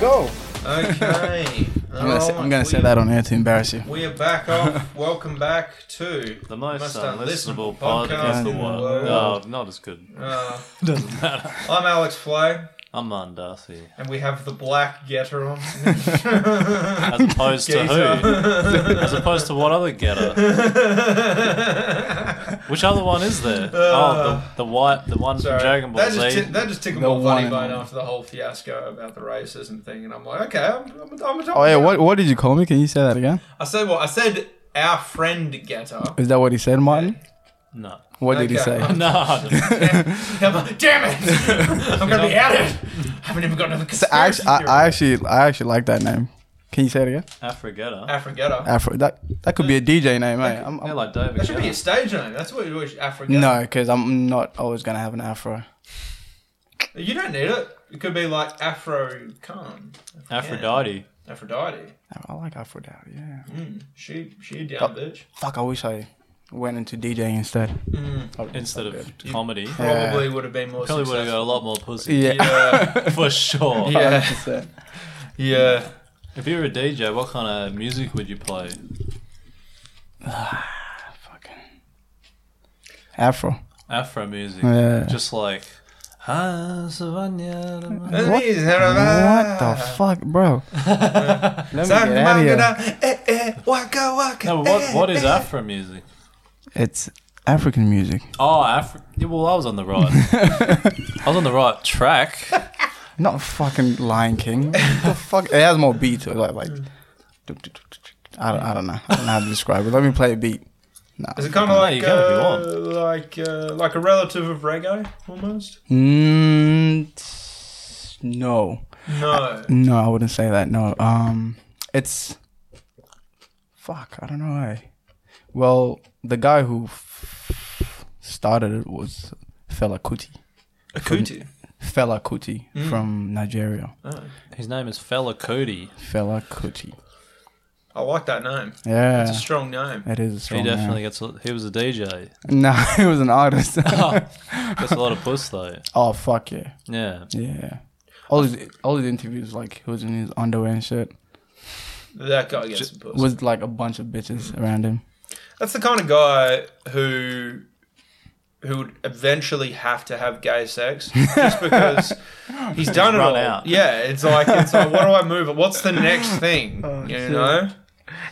go. Okay. I'm gonna, say, I'm gonna say that on air to embarrass you. We are back off. Welcome back to The most Must Unlistenable unlistenable podcast in the world. world. No, not as good. Uh, I'm Alex Flay, I'm on Darcy. and we have the Black Getter on. As opposed to who? As opposed to what other getter? Which other one is there? oh, the, the white, the one Uh, Sorry. from Dragon Ball that just Z. ti- that just tickled The my funny one. bone after the whole fiasco about the racism thing, and I'm like, okay, I'm, I'm, I'm a top Oh yeah, getter. what what did you call me? Can you say that again? I said what I said. Our friend Getter. Is that what he said, Martin? no, What did he Okay. say? no, I don't- I'm like, Damn it! I'm gonna be outed. haven't even got another I conspiracy actually, I, I actually I actually like that name. Can you say it again? Afrogetter. Afro Getter. Afro. That that could be a DJ name, mate. I'm, Yeah, I'm, like David. That should be Guetta. a stage name. That's what you wish Afro Getter. no, because I'm not always gonna have an afro. You don't need it. It could be like Afro Khan, Aphrodite. Aphrodite. Hmm. I like Aphrodite. Yeah. She she Oh. down bitch. Fuck. I wish I went into DJing instead. Instead of comedy, Hmm. Probably would have been more probably would have got successful. a lot more pussy Yeah. Yeah, for sure. yeah, yeah. yeah. If you were a DJ, what kind of music would you play? Fucking afro. Afro music, Yeah. just like. Ah, Savannah. What? What the fuck, bro? Let me get out of here. eh, No, but what what is Afro music? It's African music. Oh, Afro. Yeah, well, I was on the right. I was on the right track. Not fucking Lion King. What the fuck? It has more beat to it. Like, like I, don't, I don't know. I don't know how to describe it. Let me play a beat. No. Is it kind of you like can if you uh, like uh, like a relative of reggae almost? Mm, t- no. No. No, I wouldn't say that. No. Um, it's fuck. I don't know why. Well, the guy who f- started it was Fela Kuti. A Kuti. Fela Kuti from Nigeria. Uh, His name is Fella Cody. Fela Kuti. I like that name. Yeah, It's a strong name. it is a He strong name. definitely gets. A, he was a DJ. No, he was an artist. Gets a lot of puss though. oh fuck yeah, Yeah. yeah. All his all his interviews, like he was in his underwear and shit, That guy gets some pussy. was like a bunch of bitches around him. That's the kind of guy who who would eventually have to have gay sex just because he's done it run all. out. Yeah, it's like it's like what do I move? What's the next thing? you shit. know?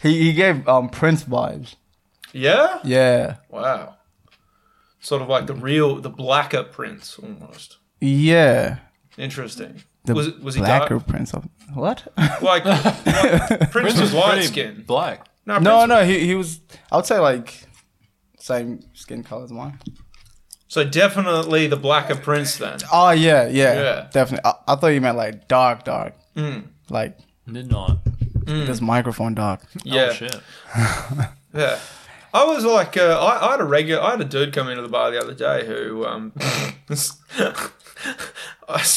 He he gave um Prince vibes. Yeah. Yeah, Wow. Sort of like the real the blacker prince almost. yeah. Interesting. The was was he dark? blacker Prince of what? Like, like, Prince was light pretty skinned. Black. no, no. He he was. I would say like same skin color as mine. So definitely the blacker prince then. Oh yeah, yeah, Yeah. definitely. I, I thought you meant like dark, dark, Mm. like Midnight. this microphone dark. Yeah. Oh shit. Yeah. I was like, uh, I, I had a regular, I had a dude come into the bar the other day who, um, I s-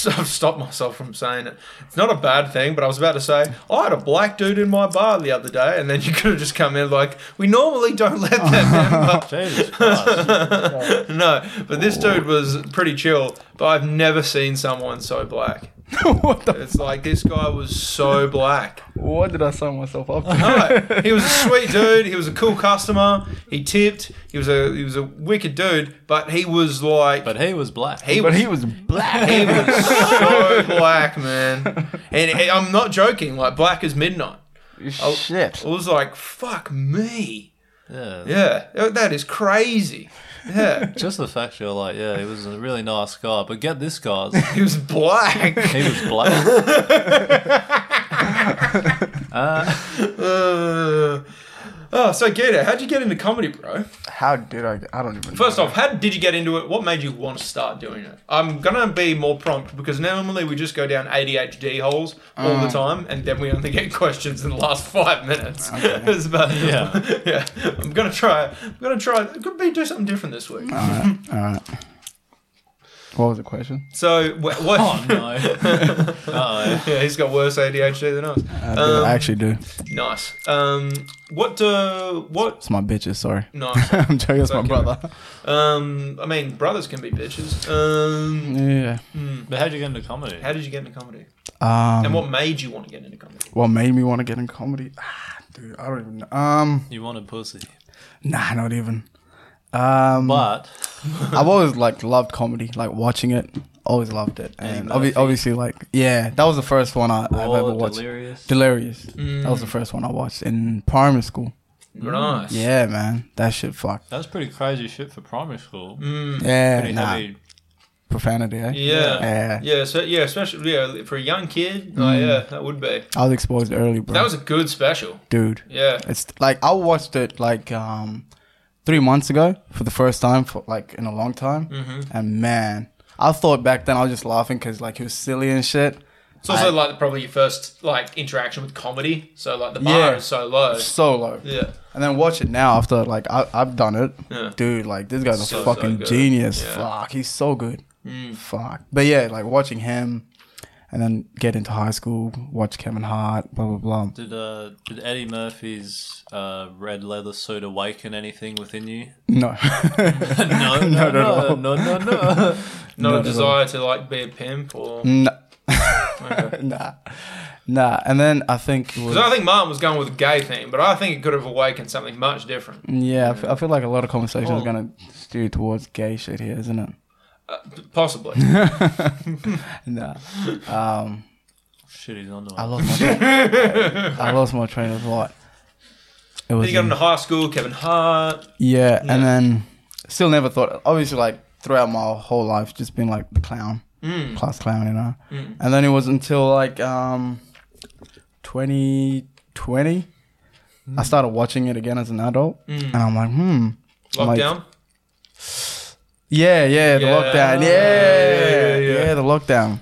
I've stopped myself from saying it. It's not a bad thing, but I was about to say, I had a black dude in my bar the other day, and then you could have just come in like, we normally don't let that Jesus Christ. in. no, but this dude was pretty chill, but I've never seen someone so black. what the? It's like, this guy was so black. What did I sign myself up to? No, he was a sweet dude. He was a cool customer. He tipped. He was a he was a wicked dude, but he was like But he was black. he but was he was black. he was so black, man. And he- I'm not joking. Like black as midnight. Shit. I was like, fuck me. Yeah. Yeah, that is crazy. Yeah, Just the fact you're like, yeah, he was a really nice guy. But get this, guys. He he was black. was black. Uh, oh, so Gator, how'd you get into comedy, bro? How did I? I don't even. First off, how did you get into it? What made you want to start doing it? I'm gonna be more prompt because normally we just go down ADHD holes all the time, and then we only get questions in the last five minutes. It's about- Yeah. yeah. I'm gonna try. I'm gonna try. Could be do something different this week. All right. What was the question? So wh- what? Oh no. Uh-oh. yeah, he's got worse ADHD than us. I, do, I actually do. Nice. Um, what? Uh, what? It's my bitches. Sorry. Nice. I'm joking. It's my Okay. brother. Um, I mean, brothers can be bitches. Um, Yeah. But how'd you get into comedy? how did you get into comedy? Um, And what made you want to get into comedy? what made me want to get in comedy? Ah, dude, I don't even. know. Um, You wanted pussy. nah, not even. Um, But I've always like loved comedy, like watching it. Always loved it, and obvi- obviously, like yeah, that was Oh, the first one I, I've ever all watched. delirious. Delirious. That was the first one I watched in primary school. Mm. Nice. Yeah, man, that shit fucked. That's pretty crazy shit for primary school. Yeah, Pretty nah, heavy. profanity. Eh? Mm. Yeah. yeah. Mm. Yeah, so yeah, especially yeah, for a young kid, oh yeah, that would be. I was exposed early, bro. That was a good special. dude. Yeah. It's like I watched it like um three months ago for the first time for like in a long time, Mm. Mm-hmm. and man, I thought back then I was just laughing because like he was silly and shit. It's also I- like probably your first like interaction with comedy, so like the bar Yeah. is so low. So low. Yeah. And then watch it now after like I, I've done it, Yeah. dude. Like this guy's So, a so fucking good. genius. Yeah. Mm. Fuck, he's so good. Fuck. But yeah, like watching him, and then get into high school, watch Kevin Hart, blah blah blah. Did uh did Eddie Murphy's uh red leather suit awaken anything within you? No, No, no, Not at no, all. no, no, no. Not Not a at Mm. desire to like be a pimp or. no, Because nah, nah. And then I think it was, I think Martin was going with a gay theme, but I think it could have awakened something much different. Yeah, I fe- I feel like a lot of conversations Well- are going to steer towards gay shit here, isn't it? Uh, Possibly. No. Um, Shit, he's on the I lost my train. I lost my train of thought. It was then you got in- into high school, Kevin Hart. yeah, and then still never thought. Obviously, like throughout my whole life, just been like the clown, Mm. class clown, you know. Mm. And then it was until like um, 2020, I started watching it again as an adult, Mm. and I'm like, hmm. I'm like, Lockdown. Yeah, yeah, the Yeah. lockdown. Yeah Yeah, yeah, yeah, yeah. the lockdown.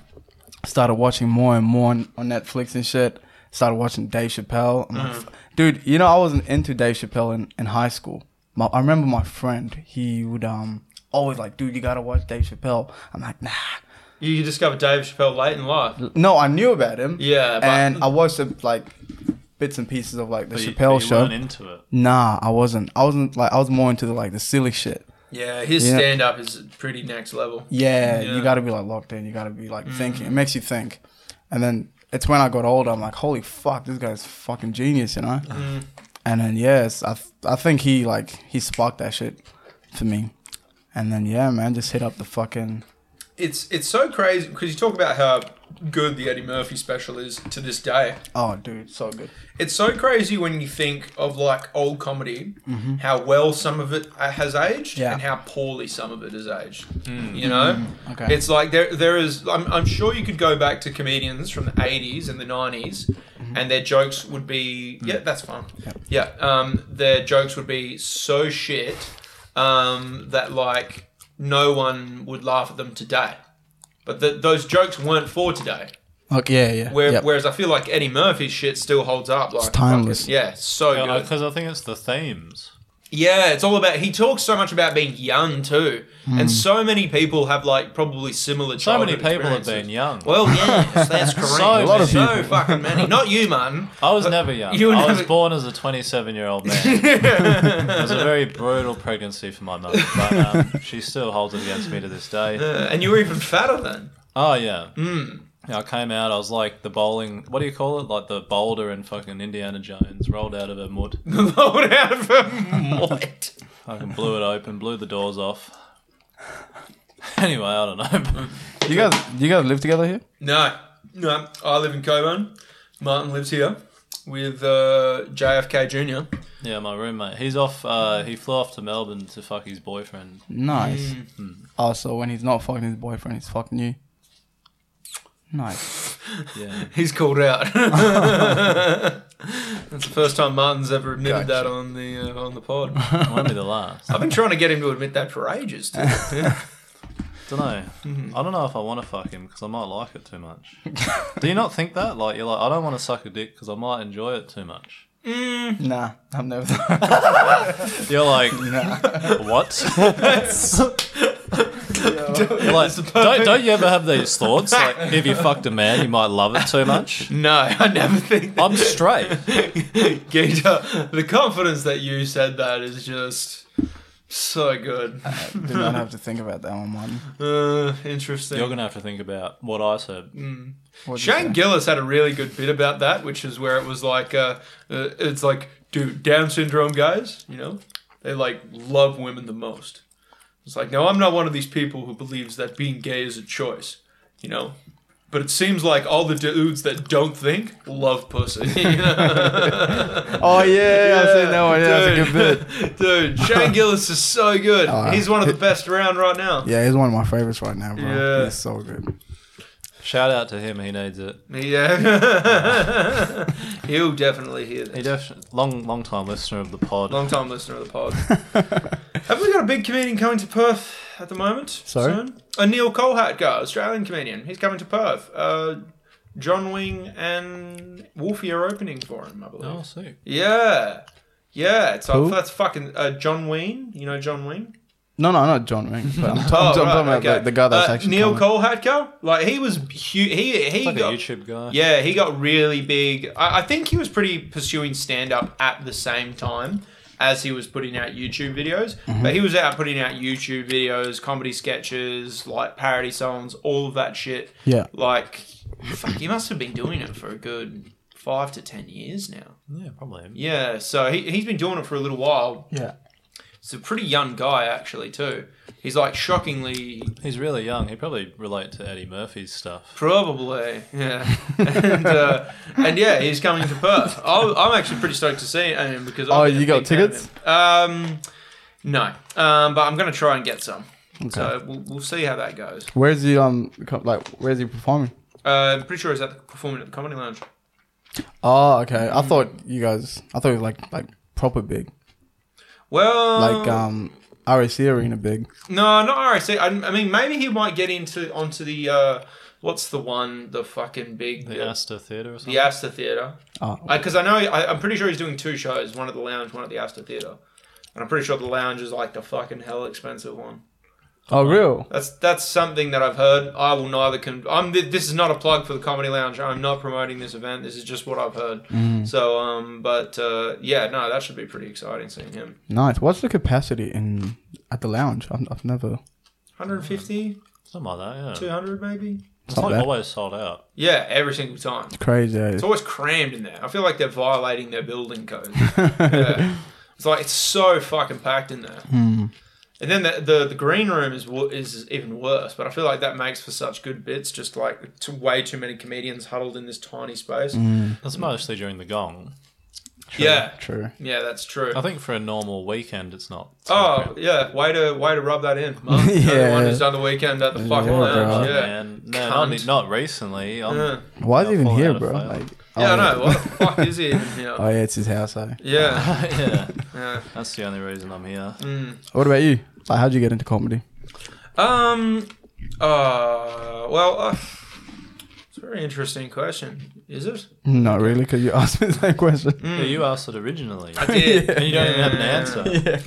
Started watching more and more on, on Netflix and shit. Started watching Dave Chappelle. I'm like, "F- dude, you know, I wasn't into Dave Chappelle in, in high school. My, I remember my friend, he would um always like, dude, you gotta watch Dave Chappelle. I'm like, nah. You discovered Dave Chappelle late in life. No, I knew about him. Yeah, but- and I watched uh, like bits and pieces of like the but you, Chappelle but you show. weren't into it. Nah, I wasn't. I wasn't like I was more into the like the silly shit. Yeah, his Yeah. stand up is pretty next level. Yeah, Yeah. Mm. you got to be like locked in. You got to be like thinking. It makes you think. And then it's when I got older, I'm like, holy fuck, this guy's fucking genius, you know. Mm. And then yes, I th- I think he like he sparked that shit for me. And then yeah, man, just hit up the fucking It's it's so crazy because you talk about how good the Eddie Murphy special is to this day. oh dude, so good. It's so crazy when you think of like old comedy, how well some of it uh, has aged Yeah. and how poorly some of it has aged. You know, okay. it's like there there is. I'm, I'm sure you could go back to comedians from the 80s and the 90s, Mm-hmm. and their jokes would be Mm. yeah, that's fine. Yeah, um, their jokes would be so shit um, that like no one would laugh at them today. But th those jokes weren't for today. Okay, yeah, yeah. Where, yep. Whereas I feel like Eddie Murphy's shit still holds up. Like timeless. fucking- yeah, so good. Because I think it's the themes. Yeah, it's all about. He talks so much about being young too, Mm. and so many people have like probably similar. So many childhood people have experiences. been young. Well, yes, that's correct. So so A lot of many. people. fucking many. Not you, man. I was never young. you were I was never- born as a 27 year old man. Uh, it was a very brutal pregnancy for my mother, but um, she still holds it against me to this day. Uh, and you were even fatter then. Oh, yeah. Hmm. Yeah, I came out, I was like the bowling, what do you call it? Like the boulder in fucking Indiana Jones, rolled out of a mud, Load out of a moit. fucking blew it open, blew the doors off. Anyway, I don't know. you guys, you guys live together here? No, no. I live in Coburn. Martin lives here with uh, JFK Jr. yeah, my roommate, he's off, uh, he flew off to Melbourne to fuck his boyfriend. Nice. Mm. Oh, so when he's not fucking his boyfriend, he's fucking you. Nice. Yeah. He's called out. That's the first time Martin's ever admitted that Gotcha. on the uh, on the pod. Won't be the last. I've been trying to get him to admit that for ages. Too. Don't know. I don't know if I want to fuck him because I might like it too much. Do you not think that? Like you're like, I don't want to suck a dick because I might enjoy it too much. nah, I've never. You're like, nah. what? You're like, don't, don't you ever have these thoughts? Like, if you fucked a man, you might love it too much. No, I never think that. I'm straight. Gator, the confidence that you said that is just so good. Do not have to think about that one, Martin. Uh, interesting. You're gonna have to think about what I said. What'd you Shane say? Gillis had a really good bit about that, which is where it was like, uh, uh, it's like, dude, Down syndrome guys, you know, they like love women the most. It's like, no, I'm not one of these people who believes that being gay is a choice, you know. But it seems like all the dudes that don't think love pussy. Oh yeah, I said that one. Yeah, that's a good bit. dude. Dude, Shane Gillis is so good. Oh, He's one of the best around right now. Yeah, he's one of my favorites right now, bro. Yeah. He's so good. Shout out to him. He needs it. Yeah. He'll definitely hear He this. definitely long, long time listener of the pod. Long time listener of the pod. Have we got a big comedian coming to Perth at the moment? Sorry? Soon? A Neil Colhart guy, Australian comedian. He's coming to Perth. Uh, John Wing and Wolfie are opening for him, I believe. Oh, sick. Yeah. Yeah, it's Who? that's fucking uh, John Wayne. You know John Wayne? No, no, not John Wing. But I'm, Oh, I'm talking right, about okay. the, the guy that's Uh, actually Neil coming. Kohlhatko. Like he was huge. He he He's like a got YouTube guy. yeah he got really big. I, I think he was pretty pursuing stand up at the same time as he was putting out YouTube videos. Mm-hmm. But he was out putting out YouTube videos, comedy sketches, like parody songs, all of that shit. Yeah. Like fuck, he must have been doing it for a good five to ten years now. yeah, probably. him. Yeah, so he he's been doing it for a little while. Yeah. He's a pretty young guy actually too. He's like shockingly He's really young. He probably relate to Eddie Murphy's stuff. Probably, yeah, and, uh, and yeah, he's coming to Perth. I'll, I'm actually pretty stoked to see him because I've Oh, been a you got big fan of tickets? him. Um, no, um, but I'm gonna try and get some. So we'll, we'll see how that goes. Where's he um co- like where's he performing? Uh, I'm pretty sure he's at the, performing at the Comedy Lounge. Oh, okay. I thought you guys. I thought it was like like proper big, Well, like um RAC arena big. no, not RAC. I, I mean, maybe he might get into onto the uh, what's the one, the fucking big, The Astor Theatre or something. the Astor Theatre. Oh, Because I know I, I'm pretty sure he's doing two shows, one at the lounge, one at the Astor Theatre, and I'm pretty sure the lounge is like the fucking hell expensive one. oh, real? That's that's something that I've heard. I will neither. Con- I'm th- this is not a plug for the comedy lounge. I'm not promoting this event. This is just what I've heard. So um, but uh, yeah, no, that should be pretty exciting seeing him. Nice. What's the capacity in at the lounge? I've, I've never. 150, Something like that. Yeah. 200 maybe. It's not like bad. always sold out. Yeah, every single time. It's crazy. eh? It's always crammed in there. I feel like they're violating their building code. Yeah. It's like it's so fucking packed in there. Hmm. And then the, the the green room is wo- is even worse. But I feel like that makes for such good bits. Just like to way too many comedians huddled in this tiny space. Hmm. That's mostly during the gong. Yeah, True. yeah, that's true. I think for a normal weekend, it's not. Oh yeah, way to way to rub that in, Mark. yeah. the Yeah. one who's done the weekend at the fucking Yeah, lounge. bro. Yeah, man. No, not, Cunt. not recently. I'm, yeah, Why is I'll he even fall here, out of bro? favor. Like, yeah. I oh, know. What the fuck is he even Oh here? yeah, it's his house. Eh? Yeah, yeah, yeah. Hmm. that's the only reason I'm here. What about you? Like, how'd you get into comedy? Um. Uh. Well. Uh, it's a very interesting question. Is it? Not really, because you asked me the same question. Yeah, you asked it originally, Hmm. I did. and you don't even have an answer. Yeah.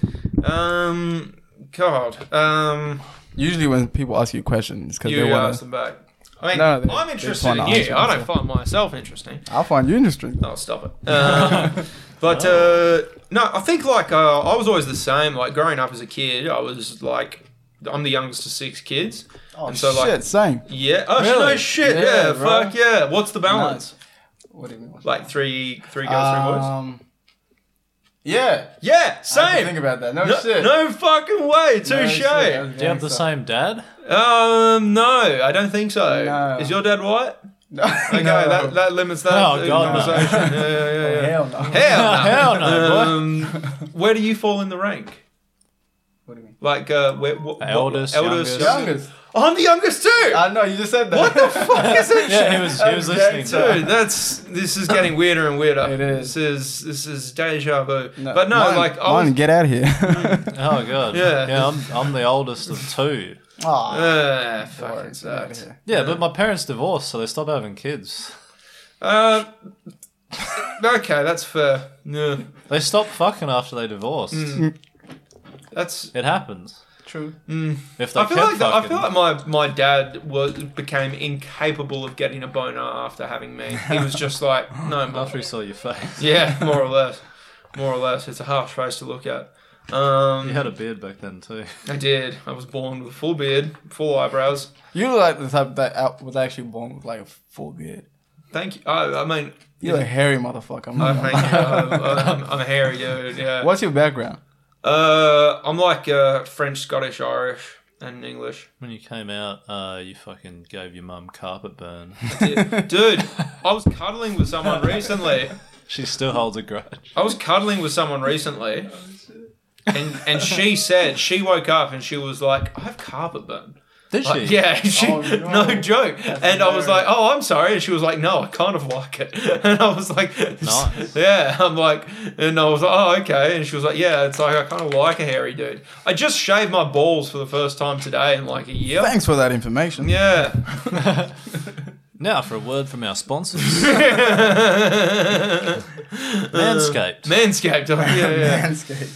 Um. God. Um. Usually, when people ask you questions, because You they want asked to. them back. I mean, No, they- I'm they interested find in an you. answer, I don't so- find myself interesting. I'll find you interesting. Oh, stop it. Um, but uh, no, I think like uh, I was always the same. Like growing up as a kid, I was like, I'm the youngest of six kids. Oh and so shit, like, same. yeah, oh sh- no Really? shit, yeah, Yeah, bro. fuck yeah. What's the balance? What do you mean? Like three, three girls, three boys. Um, yeah, Yeah, I didn't think same. about that. No, No, shit. no fucking way, No touche. shit, I was Do you have the gangsta. same dad? um, no, I don't think so. No. Is your dad white? No, Okay, no. that, that limits that Oh, uh, God, no. conversation. Yeah, yeah, yeah, yeah. Hell no. Hell no. Hell no, boy. Um, where do you fall in the rank? What do you mean? Like, uh, where, what, what- Eldest, youngest. Youngest. I'm the youngest too. I know you just said that. what the fuck is that Yeah, shit? he was he was Okay, listening to. Dude, that's this is getting weirder and weirder. It is. This is this is deja vu. but no, mine, like I mine, was, get out of here. Oh god. Yeah. Yeah, I'm I'm the oldest of two. Aw, uh, Ah, sorry, fucking get outta sucks. here. Yeah, but my parents divorced, so they stopped having kids. Uh, okay, that's fair. Yeah, Mm. They stopped fucking after they divorced. that's It happens. True. Mm. If they I feel kept like the, I fucking, feel like my, my dad was became incapable of getting a boner after having me. He was just like, no, more. after he saw your face, yeah, more or less, more or less. It's a harsh face to look at. Um, you had a beard back then too. I did. I was born with a full beard, full eyebrows. You look like the type that out- was actually born with like a full beard. Thank you. Oh, I, I mean, You're a hairy motherfucker. I'm I not gonna Oh, thank lie. you. I'm, I'm, I'm a hairy dude. Yeah. What's your background? Uh, I'm like uh, French, Scottish, Irish, and English. When you came out, uh, you fucking gave your mum carpet burn. Dude, I was cuddling with someone recently. she still holds a grudge. I was cuddling with someone recently, and and she said she woke up and she was like, "I have carpet burn." Did she? Like, yeah, she, Oh, no. no. joke. and I was hilarious. like, "Oh, I'm sorry," and she was like, "No, I kind of like it." And I was like, Nice. "Yeah." I'm like, and I was like, "Oh, okay." And she was like, "Yeah, it's like I kind of like a hairy dude." I just shaved my balls for the first time today in like a year. Thanks for that information. Yeah. Now for a word from our sponsors, Manscaped. Manscaped. Manscaped. oh, Yeah, yeah. Landscape.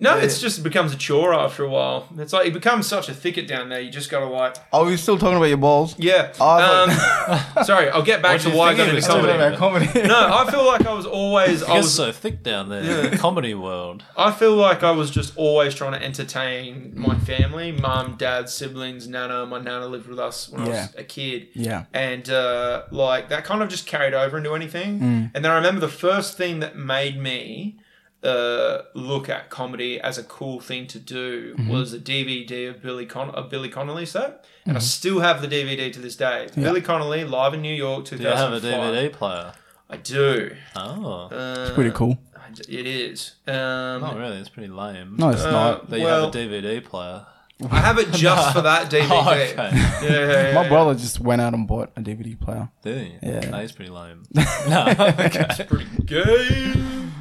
No, it's just it becomes a chore after a while. It's like it becomes such a thicket down there. You just gotta like, Are we still talking about your balls? yeah. Oh, I um, sorry, I'll get back What to do you why I think got into it was Talking doing? comedy. about comedy. No, I feel like I was always, I It gets was, so thick down there, in the comedy world. I feel like I was just always trying to entertain my family, mum, dad, siblings, nana. My nana lived with us when I Yeah. was a kid. Yeah. and uh, like that kind of just carried over into anything. Mm. And then I remember the first thing that made me uh, look at comedy as a cool thing to do Mm-hmm. was a DVD of Billy Con- of Billy Connolly set, and Mm-hmm. I still have the DVD to this day. It's Billy Connolly live in New York, two Do you have thousand a five. DVD player? I do. Oh, Uh, Pretty cool. I d- It is. Um, not really. It's pretty lame. No, it's uh, not. That you well, have a DVD player. I have it just for that DVD. Oh, okay. Yeah, yeah, yeah, My yeah. brother just went out and bought a DVD player. Do you? Yeah. That is pretty lame. no, okay. Gay.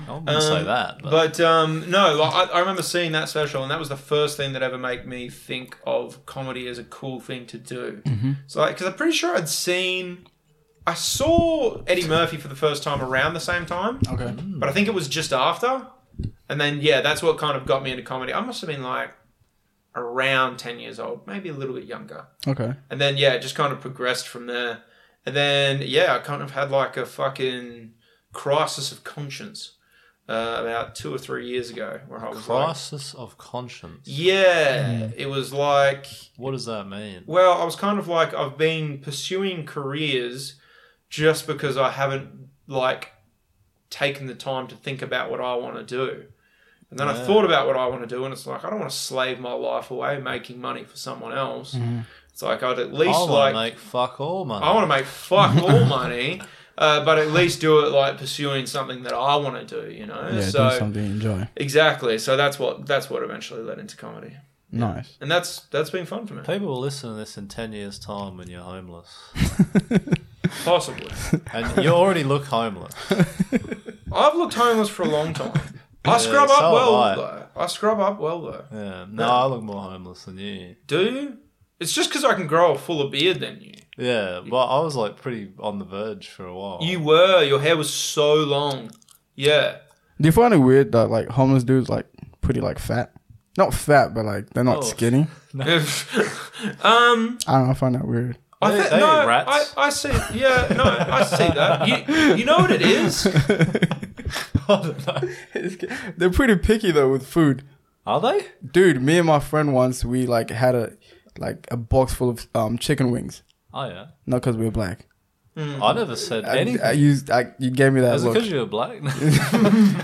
I wouldn't say Um, that, but, But um, no, like, I, I remember seeing that special, and that was the first thing that ever made me think of comedy as a cool thing to do. So, like, because I'm pretty sure I'd seen, I saw Eddie Murphy for the first time around the same time, Okay. but I think it was just after. And then yeah, that's what kind of got me into comedy. I must have been like around ten years old, maybe a little bit younger. Okay. And then yeah, it just kind of progressed from there. And then yeah, I kind of had like a fucking crisis of conscience uh, about two or three years ago, where I was like, crisis Hmm. of conscience. yeah, it was like What does that mean? well, I was kind of like I've been pursuing careers just because I haven't like taken the time to think about what I want to do. And then I Yeah. thought about what I want to do, and it's like I don't want to slave my life away making money for someone else. Mm-hmm. It's like I'd at I least want like to make fuck all money. I want to make fuck all money, uh, but at least do it like pursuing something that I want to do, you know. Yeah, do so something you enjoy. exactly, so that's what that's what eventually led into comedy, Nice. and that's that's been fun for me. People will listen to this in 10 years' time when you're homeless. Possibly, And you already look homeless. I've looked homeless for a long time. I Yeah, scrub so up have well I. though. I scrub up well though. Yeah. No, I look more homeless than you. Do you? It's just because I can grow a fuller beard than you. Yeah, well, I was like pretty on the verge for a while. You were. Your hair was so long. Yeah. Do you find it weird that like homeless dudes like pretty like fat? Not fat, but like they're not Oh. skinny. um. I don't know. I find that weird. I They- think they no, ain't rats. I, I see. Yeah, no, I see that. You, you know what it is? I don't know. they're pretty picky though with food. Are they? Dude, me and my friend once we like had a like a box full of um chicken wings. Oh yeah. Not because we were black. I never said I, anything. I used. I, you gave me that Is it look. because you were black?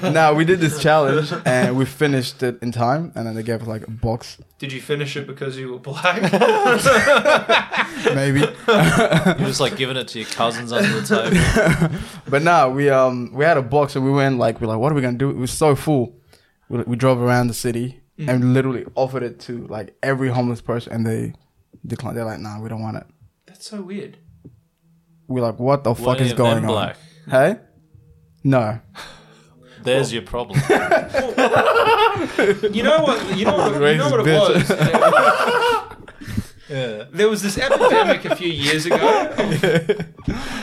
no, we did this challenge and we finished it in time, and then they gave us like a box, Did you finish it because you were black? maybe. You're just like giving it to your cousins under the table. But nah, we um we had a box and we went like we're like, what are we gonna do? It was so full. We, we drove around the city Mm. and literally offered it to like every homeless person, and they declined. They're like, nah, we don't want it. That's so weird. We're like, what the Were fuck any is of them going on? black? Hey, no. There's your problem. You know what? You know what? You know what it was. yeah. There was this epidemic a few years ago.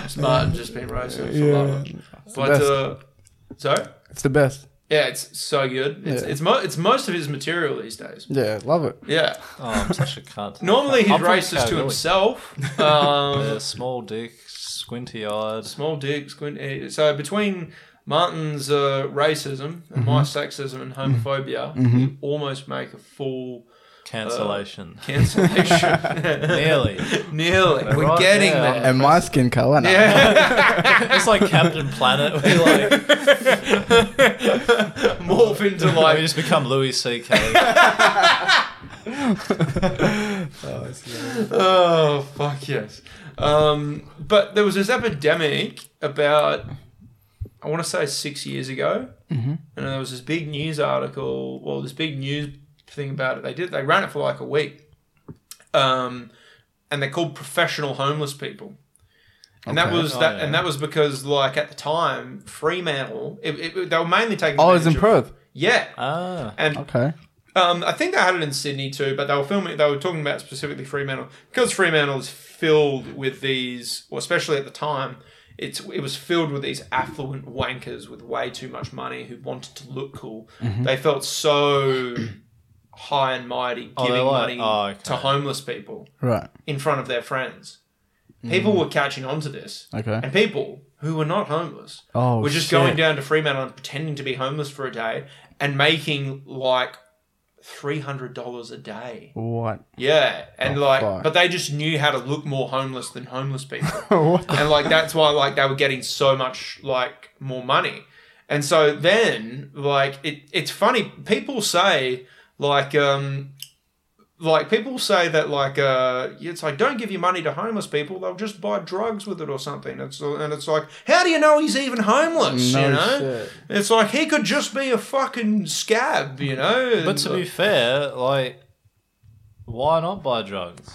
Smart, just been racist. I love it. But best. uh, sorry. It's the best. Yeah, it's so good. It's Yeah. it's, mo- it's most of his material these days. Yeah, love it. Yeah. Oh, I'm such a cunt. Normally he's I'm from racist to Kalgoorlie. himself. Um, Yeah, small dick, squinty eyed. small dick, squint. eh, So between Martin's uh, racism and my sexism and homophobia, we almost make a full Cancellation. cancellation. Nearly. Nearly, we're right getting there. there. And my skin color. Nah. It's like Captain Planet. We like Morph into we like just become Louis C.K. Oh fuck yes. Um, but there was this epidemic about I want to say six years ago, mm-hmm. and there was this big news article, well, this big news thing about it. They did they ran it for like a week, um, and they're called professional homeless people. And that Okay. was Oh, that, yeah. and that was because, like at the time, Fremantle, it, it, they were mainly taking. Oh, it's in advantage of- Perth. Yeah, Ah, and Okay. um, I think they had it in Sydney too, but they were filming. They were talking about specifically Fremantle because Fremantle is filled with these, or especially at the time, it's it was filled with these affluent wankers with way too much money who wanted to look cool. Mm-hmm. They felt so high and mighty Oh, they're giving like- money oh, okay. to homeless people Right. in front of their friends. People Mm-hmm. were catching on to this, Okay. and people who were not homeless Oh, were just shit. going down to Fremantle and pretending to be homeless for a day and making like three hundred dollars a day. What? Yeah, and Oh, like, fuck. but they just knew how to look more homeless than homeless people, what? and like that's why like they were getting so much like more money, and so then like it it's funny people say like um like people say that like uh it's like don't give your money to homeless people they'll just buy drugs with it or something it's and it's like how do you know he's even homeless No you know shit. it's like he could just be a fucking scab you know but to be fair, like, why not buy drugs?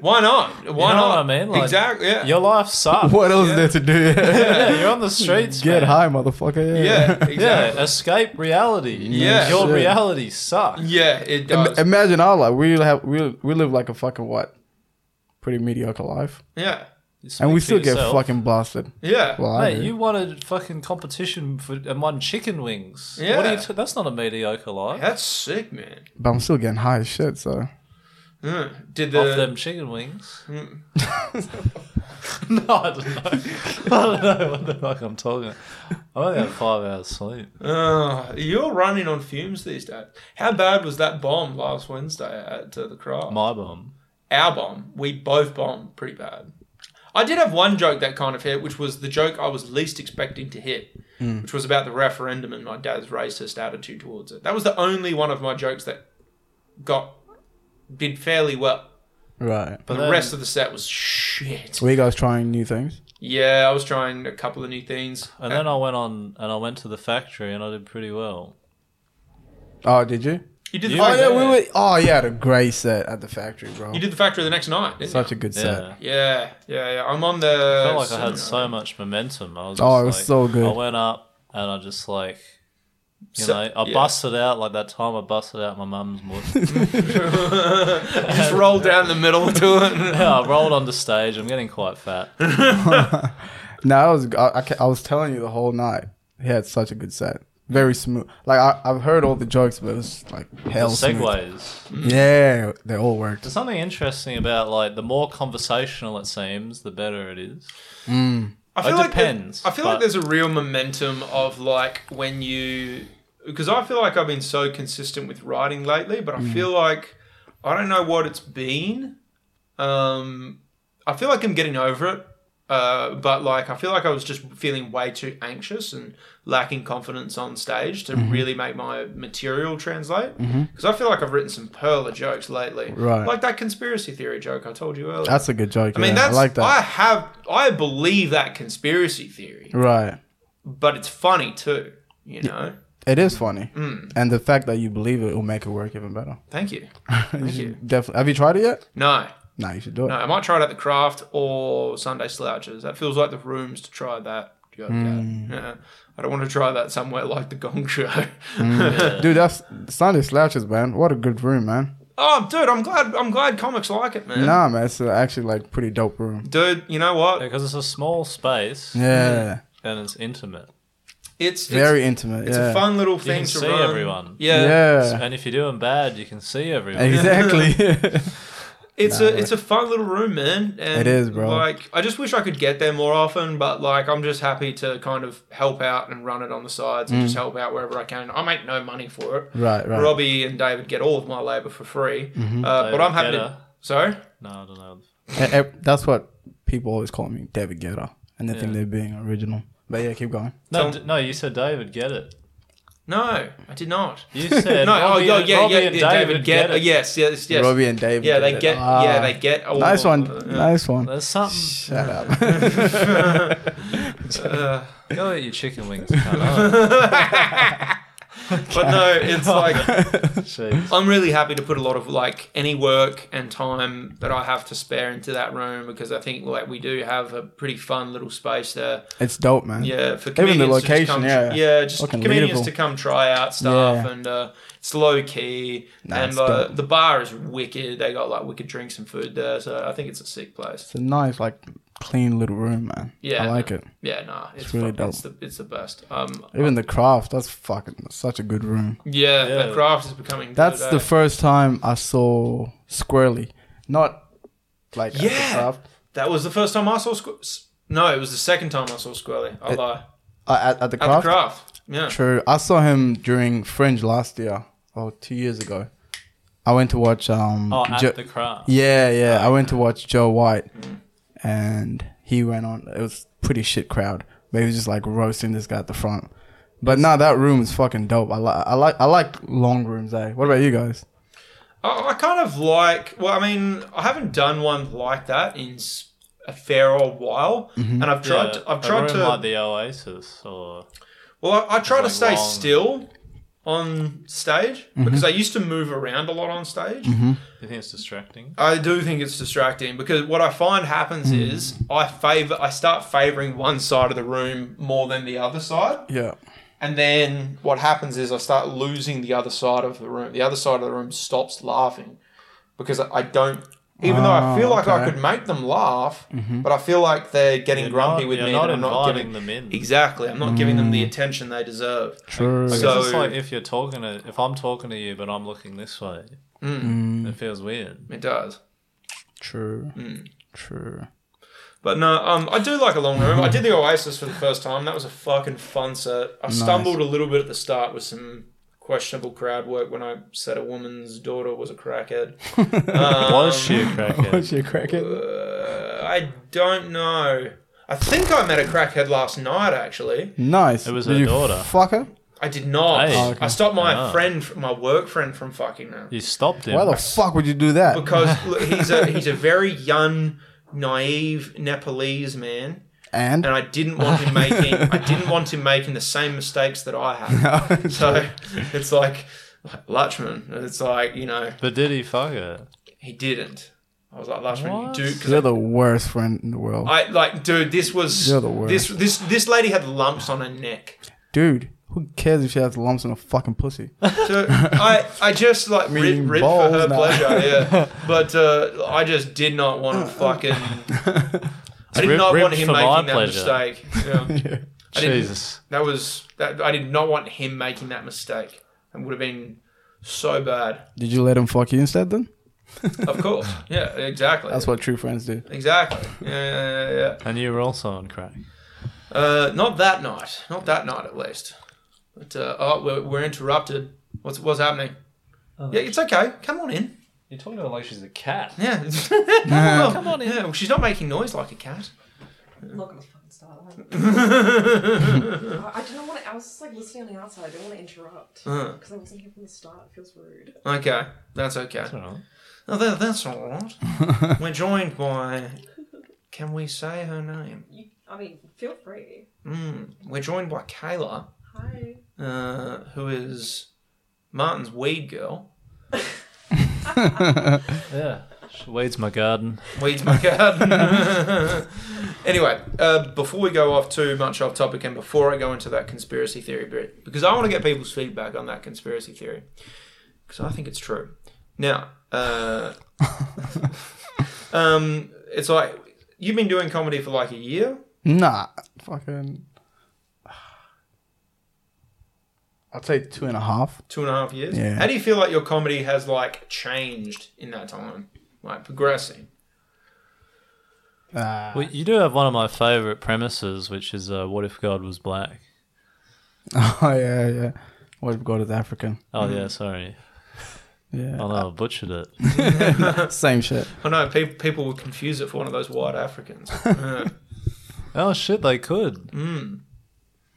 why not why You know not what I mean? Like, exactly yeah Your life sucks. What else is there to do? Yeah, you're on the streets. Get man. high, motherfucker. yeah Yeah. exactly Yeah, escape reality. Yeah. your Shit. reality sucks. yeah, it does Im- imagine our life. We have we we live like a fucking what? Pretty mediocre life, yeah and we still for get yourself. fucking blasted. yeah Well, I Mate, do. you wanted fucking competition for and won chicken wings. Yeah. What are you t- that's not a mediocre life. that's sick man but I'm still getting high as shit. So Yeah. did Off the them chicken wings. no, I don't know. I don't know what the fuck I'm talking. about. I only had five hours sleep. Uh, you're running on fumes these days. How bad was that bomb last Wednesday at uh, the craft? My bomb. Our bomb. We both bombed pretty bad. I did have one joke that kind of hit, which was the joke I was least expecting to hit, Hmm. which was about the referendum and my dad's racist attitude towards it. That was the only one of my jokes that got did fairly well. right, But the then- rest of the set was shit. were you guys trying new things? Yeah, I was trying a couple of new things. And then I went on and I went to the factory and I did pretty well. Oh, did you? You did the You- Oh factory, yeah, we were. Oh yeah, the great set at the factory, bro. you did the factory the next night. Didn't Such a good set. Yeah. you? Yeah, yeah, yeah. I'm on the. I felt like I had seminar. so much momentum. I was Oh, just it was like- so good. I went up and I just like you So- know, I yeah. busted out like that time I busted out my mum's wood. just roll down the middle to it. yeah, I rolled onto stage. I'm getting quite fat. No, I was. I, I, ca- I was telling you the whole night. He had such a good set. Very smooth. Like I, I've heard all the jokes, but it was like hell smooth. Segways. Yeah, they all worked. There's something interesting about like the more conversational it seems, the better it is. I feel It like depends, there- I feel like but- there's a real momentum of like when you because I feel like I've been so consistent with writing lately, but I Mm. feel like I don't know what it's been. Um, I feel like I'm getting over it. Uh, but like I feel like I was just feeling way too anxious and lacking confidence on stage to Mm-hmm. really make my material translate because I feel like I've written some perler jokes lately, Right. Like that conspiracy theory joke I told you earlier. That's a good joke. I mean, that's I like that. I have I believe that conspiracy theory, right. but it's funny too. You know. It is funny, Mm. and the fact that you believe it will make it work even better. Thank you. you Thank you. should definitely. Have you tried it yet? No, No, you should do it. no. I might try it at the craft or Sunday slouches. That feels like the rooms to try that. joke Hmm. at. Yeah. I don't want to try that somewhere like the Gong Show. Hmm. Dude, that's Sunday Slouches, man. What a good room, man. oh, dude, I'm glad. I'm glad comics like it, man. Nah, man, it's uh, actually like pretty dope room. Dude, you know what? Because it's a small space Yeah. and it's intimate. It's, it's Very intimate. It's yeah. a fun little You thing can to see run. everyone. Yeah. And if you're doing bad, you can see everyone. exactly. It's Nah, a it's a fun little room, man. And It is, bro. Like I just wish I could get there more often, but like I'm just happy to kind of help out and run it on the sides and just help out wherever I can. I make no money for it. right, Mm. right. Mm-hmm. Robbie and David get all of my labor for free, uh, but David I'm happy. Guetta. To, sorry, No, I don't know. Eh, eh, that's what people always call me, David Guetta, and they think Yeah. they're being original. But yeah, keep going. No, Tell- d- no, you said David get it. no, I did not. You said no, oh, Robbie, yeah, and, yeah, Robbie yeah, and Oh, yeah, David, get, it. Yes, yes, yes. Robbie and David. yeah, they did it. get. yeah, Ah. they get. All Nice all- one. yeah. Nice one. There's something. Shut up. Uh, Go eat your chicken wings. cunt. but no, it's like Oh, jeez. I'm really happy to put a lot of like any work and time that I have to spare into that room because I think like we do have a pretty fun little space there. it's dope, man. Yeah, Mm. for Even the comedians to location, just come, yeah. yeah, just Fucking comedians leadable. to come try out stuff Yeah. and uh, it's low key Nah, and it's uh, dope. the bar is wicked. They got like wicked drinks and food there, so I think it's a sick place. It's a nice, like, clean little room, man. Yeah, I like it. Yeah, nah, it's, really really dope. It's the it's the best. Um, Even the craft, that's fucking such a good room. yeah, the Yeah. craft is becoming. That's good, the eh? first time I saw Squirrely. Not like at the Yeah. craft. that was the first time I saw. Squ- s- no, it was the second time I saw Squirrely. I It- lie. Uh, at, at the At craft. the craft. Yeah. True. I saw him during Fringe last year, or two years ago. I went to watch. Um, Oh, at Jo- the craft. yeah, yeah. I went to watch Joe White, and he went on. It was pretty shit crowd, but he was just like roasting this guy at the front. But nah, that room is fucking dope. I like, I like, I like long rooms. Eh? What about you guys? I, I kind of like, well, I mean, I haven't done one like that in s- a fair old while. And I've tried Mm-hmm. Yeah, to, I've a tried room to, like the Oasis or well, I, I try to like stay long. Mm-hmm. still on stage because I used to move around a lot on stage. you think it's distracting? I do think it's distracting because what I find happens Mm. is I favor, I start favoring one side of the room more than the other side. Yeah, And then what happens is I start losing the other side of the room. The other side of the room stops laughing because I I don't. Even though I Ah, feel like I okay. could make them laugh, but I feel like they're getting You're grumpy not, with you're me. not and I'm inviting not giving them in. exactly. I'm not giving them the attention they deserve. true. Because it's So- like if you're talking to, if I'm talking to you, but I'm looking this way, Mm. Mm. it feels weird. It does. True. Hmm. True. But no, um, I do like a long room. I did the Oasis for the first time. That was a fucking fun set. I stumbled a little bit at the start with some questionable crowd work when I said a woman's daughter was a crackhead. Um, Was she a crackhead? What's your cricket? Uh, I don't know. I think I met a crackhead last night. Actually, Nice. It was Did her you daughter. Fuck her. I did not. Hey. Oh, okay. I stopped my Ah. friend, my work friend, from fucking her You stopped him. Why the fuck would you do that? because look, he's a he's a very young, naive Nepalese man, and and I didn't want him making I didn't want him making the same mistakes that I had. so it's like Lutchman. It's like you know but did he fuck her? he didn't. I was like Lutchman, What? you do because you're the worst friend in the world, I like, dude. This was You're the worst. this this this lady had lumps on her neck. dude. Who cares if she has lumps in her fucking pussy? So I, I just like rid, Meaning rid for her balls now. pleasure, yeah. But uh, I just did not want to fucking. I did Rib- not want ribbed him for my making that pleasure. mistake. Yeah. I didn't- Jesus. That was that. I did not want him making that mistake. It would have been so bad. Did you let him fuck you instead then? Of course, yeah, exactly. That's what true friends do. Exactly. Yeah, yeah, yeah, And you were also on crack. yeah. Uh, not that night. Not that night, at least. But uh, oh, we're, we're interrupted. What's what's happening? Yeah, it's okay. Come on in. You're talking to her like she's a cat. Yeah. Well, come on in. Yeah, well, she's not making noise like a cat. I'm not gonna fucking start that. I, I do not want to. I was just like listening on the outside. I didn't want to interrupt Uh. because I wasn't here from the start. It feels rude. Okay, that's okay. No, Oh, that, that's all right. We're joined by. Can we say her name? You, I mean, feel free. Mm, we're joined by Kayla, Hi. uh, who is Martin's weed girl. Yeah. She weeds my garden. Weeds my garden. anyway, uh, before we go off too much off topic and before I go into that conspiracy theory bit, because I want to get people's feedback on that conspiracy theory, because I think it's true. Now, uh, um, it's like you've been doing comedy for like a year. Nah, fucking I'd say two and a half. Two and a half years. Yeah. How do you feel like your comedy has like changed in that time, like progressing? Uh, Well, you do have one of my favorite premises, which is uh, "What if God was black?" oh yeah, yeah. What if God is African? Oh yeah, sorry, Yeah, oh, no, I butchered it. Oh. same shit. I know pe- people would confuse it for one of those white Africans. Uh, Oh shit, they could. mm.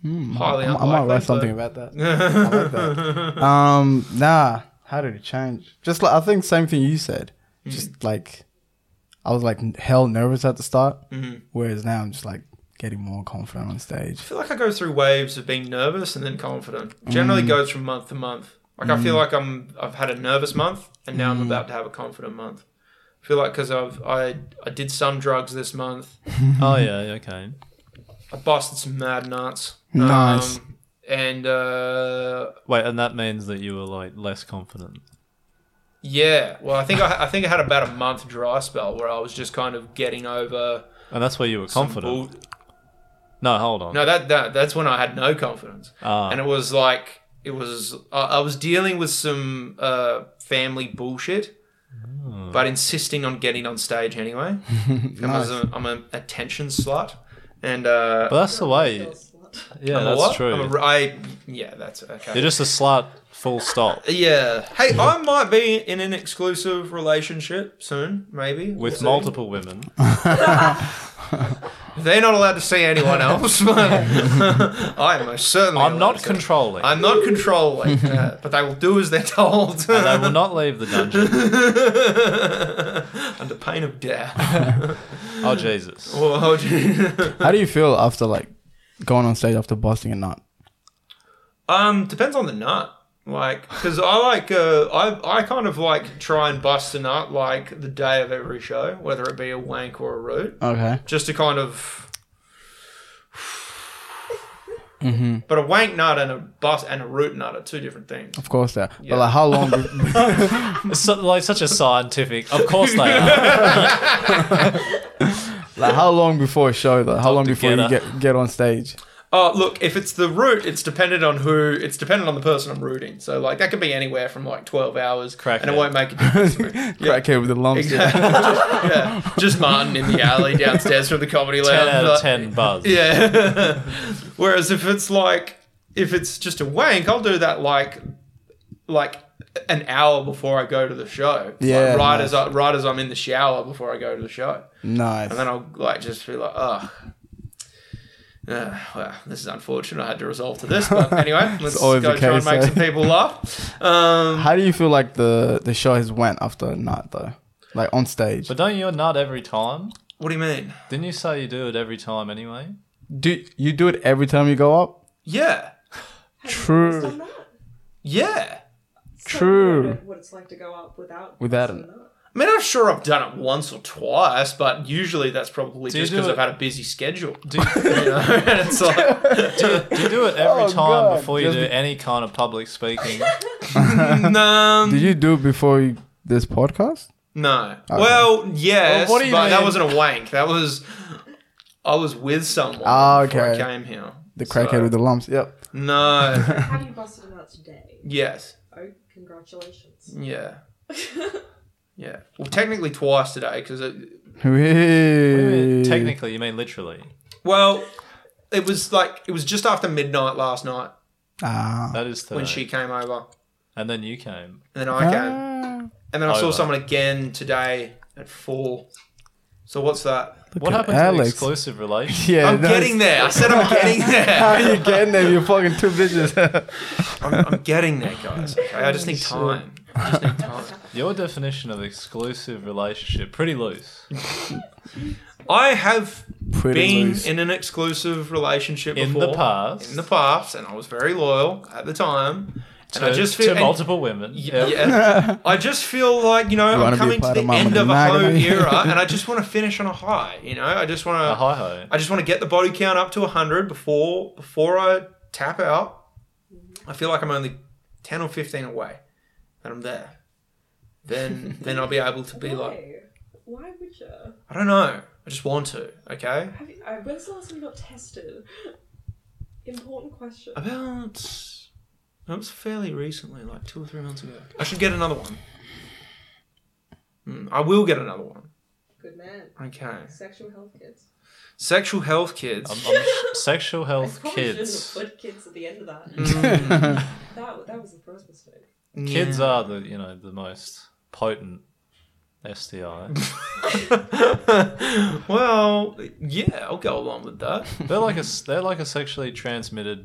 Hmm, Highly I, I might unlikely, write something about that. I like that. Um, nah. How did it change? Just like I think same thing you said. Mm. Just like I was like n- hell nervous at the start, Mhm. whereas now I'm just like getting more confident on stage. I feel like I go through waves of being nervous and then confident. Generally goes from month to month. Like I feel like I'm I've had a nervous month and now I'm about to have a confident month. I feel like because I've I I did some drugs this month. Oh yeah, okay. I busted some mad nuts. Nice. Um, and uh, Wait, and that means that you were like less confident. yeah, well, I think I, I think I had about a month dry spell where I was just kind of getting over And that's where you were some confident. bull- no, hold on. No, that, that that's when I had no confidence, Ah. and it was like it was I I was dealing with some uh, family bullshit, Mm. but insisting on getting on stage anyway. And I was a, I'm an attention slut, and uh, But that's the way. Yeah, I'm a that's what? true. I'm a, I yeah, that's okay. You're Mm-hmm. just a slut, full stop. yeah. Hey, I might be in an exclusive relationship soon, maybe. We'll With see. multiple women. They're not allowed to see anyone else, but I most certainly. I'm allowed not to see- controlling. I'm not controlling, uh, but they will do as they're told. and I will not leave the dungeon. Under pain of death. Oh, Jesus. Whoa, gee. How do you feel after like going on stage after busting a nut? um, depends on the nut. Like, because I like, uh, I, I kind of like try and bust a nut like the day of every show, whether it be a wank or a root, Okay. just to kind of. But a wank nut and a bust and a root nut are two different things. Of course, that. Yeah. But like, how long? be- It's so, like such a scientific. Of course they are. like, how long before a show though? How long before you together. get get on stage? Oh, look, if it's the route, it's dependent on who, it's dependent on the person I'm rooting. So, like, that could be anywhere from like 12 hours. Crack and it it. won't make a difference. to me. yeah, Crackhead with the lumps. exactly. just, yeah. Just Martin in the alley downstairs from the comedy 10 lounge. out of like- 10 buzz. Yeah. Whereas if it's like, if it's just a wank, I'll do that like, like an hour before I go to the show. Yeah, Like, right, nice. as I, right as I'm in the shower before I go to the show. Nice. And then I'll like just be like, oh, uh, well, this is unfortunate. I had to resolve to this, but anyway, let's go always try the case, and make eh? some people laugh. Um, How do you feel like the the show has went after a nut though? Like on stage. But don't you nut every time? what do you mean? Didn't you say you do it every time anyway? Do you do it every time you go up? Mm-hmm. Yeah, True. yeah. True. What it's like to go up without Without busting it. a nut. I mean, I'm sure I've done it once or twice, but usually that's probably Do you just do because it- I've had a busy schedule. Do you, You know? and it's like, do you do it every Oh, time God. before you Just do be- any kind of public speaking? no, Did you do it before you, this podcast? no. Well, yes, Well, what do you but that mean? wasn't a wank. That was I was with someone Ah, before I okay. came here. The crackhead with the lumps. Yep. no. Have you busted a nut today? yes. Oh, congratulations. Yeah. Yeah. Well, technically twice today because it. Whee. Technically, you mean literally. Well, it was like it was just after midnight last night Ah. That is today. when she came over, and then you came. and then I came, Ah. and then I saw Over. someone again today at four. So what's that? Look What at happened to the Alex. exclusive relation? Yeah. I'm that's- getting there. I said I'm getting How there. you getting there? You're fucking two bitches. I'm, I'm getting there, guys. Okay, I just need uh, time. I just need time. Your definition of exclusive relationship pretty loose. I have Pretty been loose. in an exclusive relationship In before the past. In the past, and I was very loyal at the time. And to, I just feel to and- multiple women. Yeah. yeah. I just feel like, you know, You wanna I'm be coming a to part the of my end of a hoe monogamy? era and I just want to finish on a high, you know? I just want A to hi ho. I just want to get the body count up to 100 before before I tap out. I feel like I'm only 10 or 15 away and I'm there. Then then I'll be able to be like, Why? Why would you? I don't know. I just want to, okay? Have you uh, when's the last time you got tested? Important question. About That was fairly recently, like two or three months ago. I should get another one. Mm, I will get another one. Good man. Okay. Sexual health kids. Sexual health kids. I'm, I'm sh- sexual I health probably kids. Shouldn't have put kids at the end of that. Mm. that that was the first mistake. Hmm, Kids are the you know the most potent STI. well, yeah, I'll go along with that. they're like a s- they're like a sexually transmitted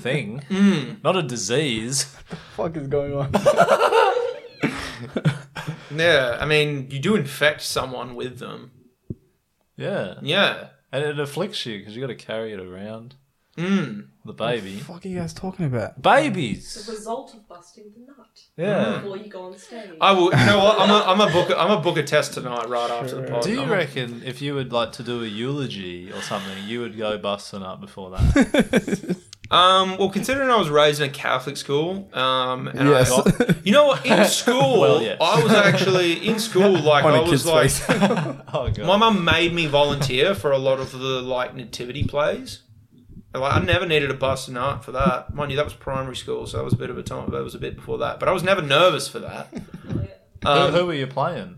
thing, Mm. not a disease. fuck is going on? Yeah, I mean, you do infect someone with them. Yeah, Yeah. and it afflicts you because you got to carry it around. Mm. The baby, fuck are you guys talking about? The babies. result of busting the nut Mm. Yeah. before you go on stage. I will. You know what? I'm a, I'm a book. I'm a book a test tonight, right after the pod. Do you I'm- reckon if you would like to do a eulogy or something, you would go busting up before that? Um. Well, considering I was raised in a Catholic school, um, and Yes. I got, you know what? In school, Well, yes. I was actually in school. Like on I a was kid's like, face. Oh god. my mum made me volunteer for a lot of the like nativity plays. And, Like, I never needed a bus and art for that. Mind you, that was primary school, so that was a bit of a time. That was a bit before that, but I was never nervous for that. Oh, who, Um, who were you playing?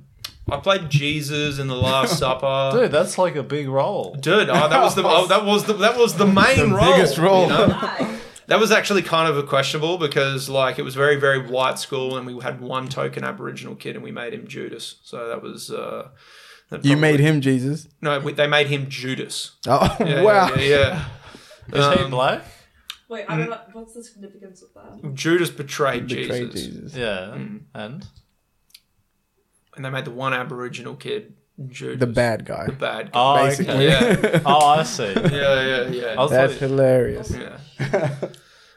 I played Jesus in the Last Supper. Dude, that's like a big role. Dude, oh, that was the oh, that was the that was the main The role. biggest role. you know? Hi. That was actually kind of a questionable because like it was very very white school and we had one token Aboriginal kid and we made him Judas. So that was uh, that you probably- made him Jesus. no, we, they made him Judas. Oh Yeah, wow. yeah, yeah, Is he Um, black? Wait, I don't know. What's the significance of that? yeah. Judas betrayed, Betrayed Jesus, Um, Jesus. Yeah. mm. And and they made the one Aboriginal kid Judas, The bad the guy. bad. guy. oh, okay. Basically. Yeah. oh, I see. yeah, yeah, yeah. I was That's like, hilarious. yeah.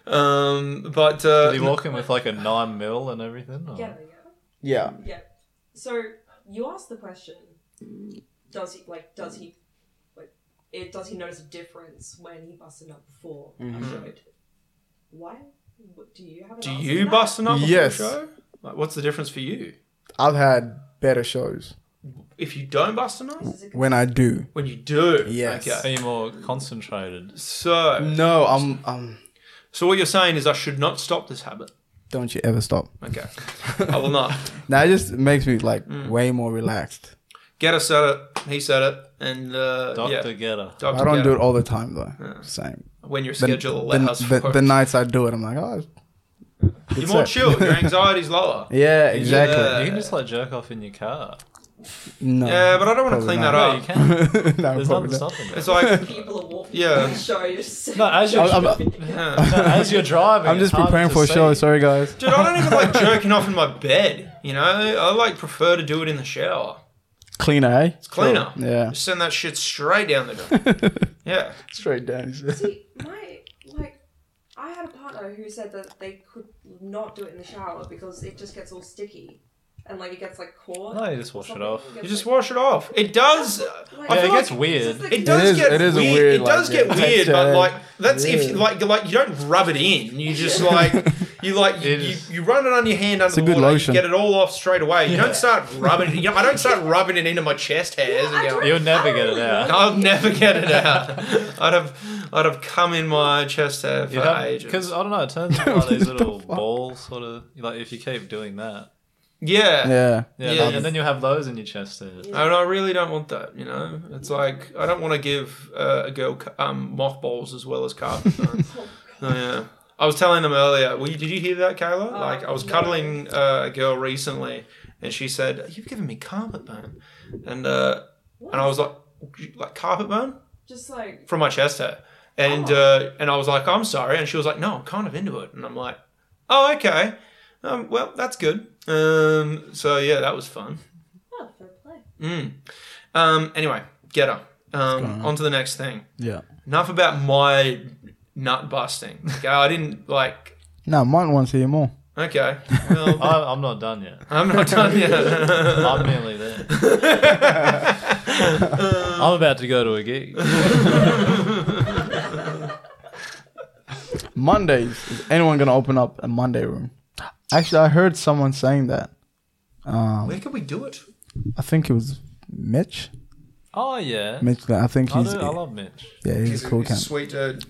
Um, but uh, did he walk in with like a nine mil and everything? Or? Yeah, there you go. Yeah. Yeah. So you asked the question: Does he like? Does he like? It, does he notice a difference when he busted up before I showed? Why? What, do you have? An do answer you to that? bust an up before Yes. the show? Like, what's the difference for you? I've had better shows If you don't bust a nut, Is it- when I do. when you do, Yes. Okay. Are you more concentrated? So, No, I'm. I'm. so what you're saying is I should not stop this habit. Don't you ever stop. Okay, I will not. That just makes me like Mm. way more relaxed. Getter said it. He said it, and uh, Doctor yeah, Getter. Doctor I don't do Getter. it all the time though. Same. when your The, schedule allows the, the, for the it. nights I do it, I'm like, oh. You're it's more it. chilled. Your anxiety's lower. Yeah, exactly. Yeah. you can just like jerk off in your car. No. Yeah, but I don't want to Probably clean that No, up. you can. no, There's probably nothing not. stopping It's it. like, People are walking. Yeah. Yeah. The show you're just No, as you're, I'm- yeah. no, as you're driving. I'm just it's harder preparing to for a see. show. Sorry, guys. dude, I don't even like jerking off in my bed. You know, I like prefer to do it in the shower. Cleaner, eh? It's cleaner. Yeah. Just send that shit straight down the drain. yeah. Straight down. See, my like, I had a partner who said that they could not do it in the shower because it just gets all sticky, and like it gets like caught. No, you just wash it Something off. gets, You just like- wash it off. It does. Like, I Yeah, feel it gets like it's weird. just, like, It does is- get it is a weird. weird, it does like, get yeah, weird, but texture. like that's if Yeah. like like you don't rub it in. You just like you like you, It you, is- you run it on your hand under a good water. lotion. You get it all off straight away. You Yeah. don't start rubbing. it- You know, I don't start rubbing it into my chest hairs. I and don't- go, You'll never get it I out. I'll never get it out. I'd have I'd have come in my chest hair for ages. Because I don't know, it turns out like these little balls sort of like if you keep doing that, Yeah. Yeah. yeah, Yeah. and then you have those in your chest. There. And I really don't want that, you know. It's like I don't want to give uh, a girl ca- um, mothballs as well as carbon. So. Oh, yeah. I was telling them earlier. Well, you- did you hear that, Kayla? like I was no. cuddling uh, a girl recently, and she said, "You've given me carpet burn," and uh, and I was like, "Like carpet burn Just like from my chest hair," and uh, and I was like, "I'm sorry," and she was like, "No, I'm kind of into it," and I'm like, "Oh, okay. Um, well, that's good." Um, so yeah, that was fun. oh, fair play. Mm. Um, anyway, get her. Um, on to the next thing. Yeah. Enough about my nut busting. Okay, I didn't like. No, mine wants to hear more. Okay, well, I, I'm not done yet. I'm not done yet. I'm nearly there. I'm about to go to a gig. Mondays. Is anyone gonna open up a Monday room? Actually, I heard someone saying that. Um, Where can we do it? I think it was Mitch. Oh yeah, Mitch. I think I, do, he's I love Mitch. yeah, he's a cool he's a cat. sweet dude.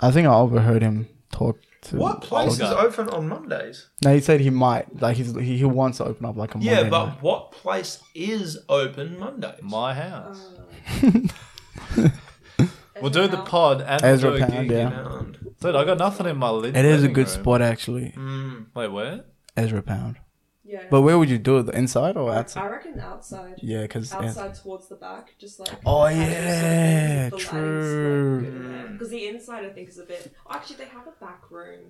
I think I overheard him talk to. What place is Olga. open on Mondays? No, he said he might. Like he's he, he wants to open up like a Monday Yeah, night. but what place is open Mondays? My Uh, house. Oh, Ezra We'll do the Pound. pod and Ezra do a Pound, gig. yeah. Pound. Dude, I got nothing in my lid. it is a living good room. spot actually. Mm. Wait, where? Ezra Pound. Yeah. But where would you do it? The inside or outside? I reckon outside. Yeah, because Outside towards the back, just like. Oh, actually, so yeah, the lighting's, like, true. good in there. Because the inside, I think, is a bit. Actually, they have a back room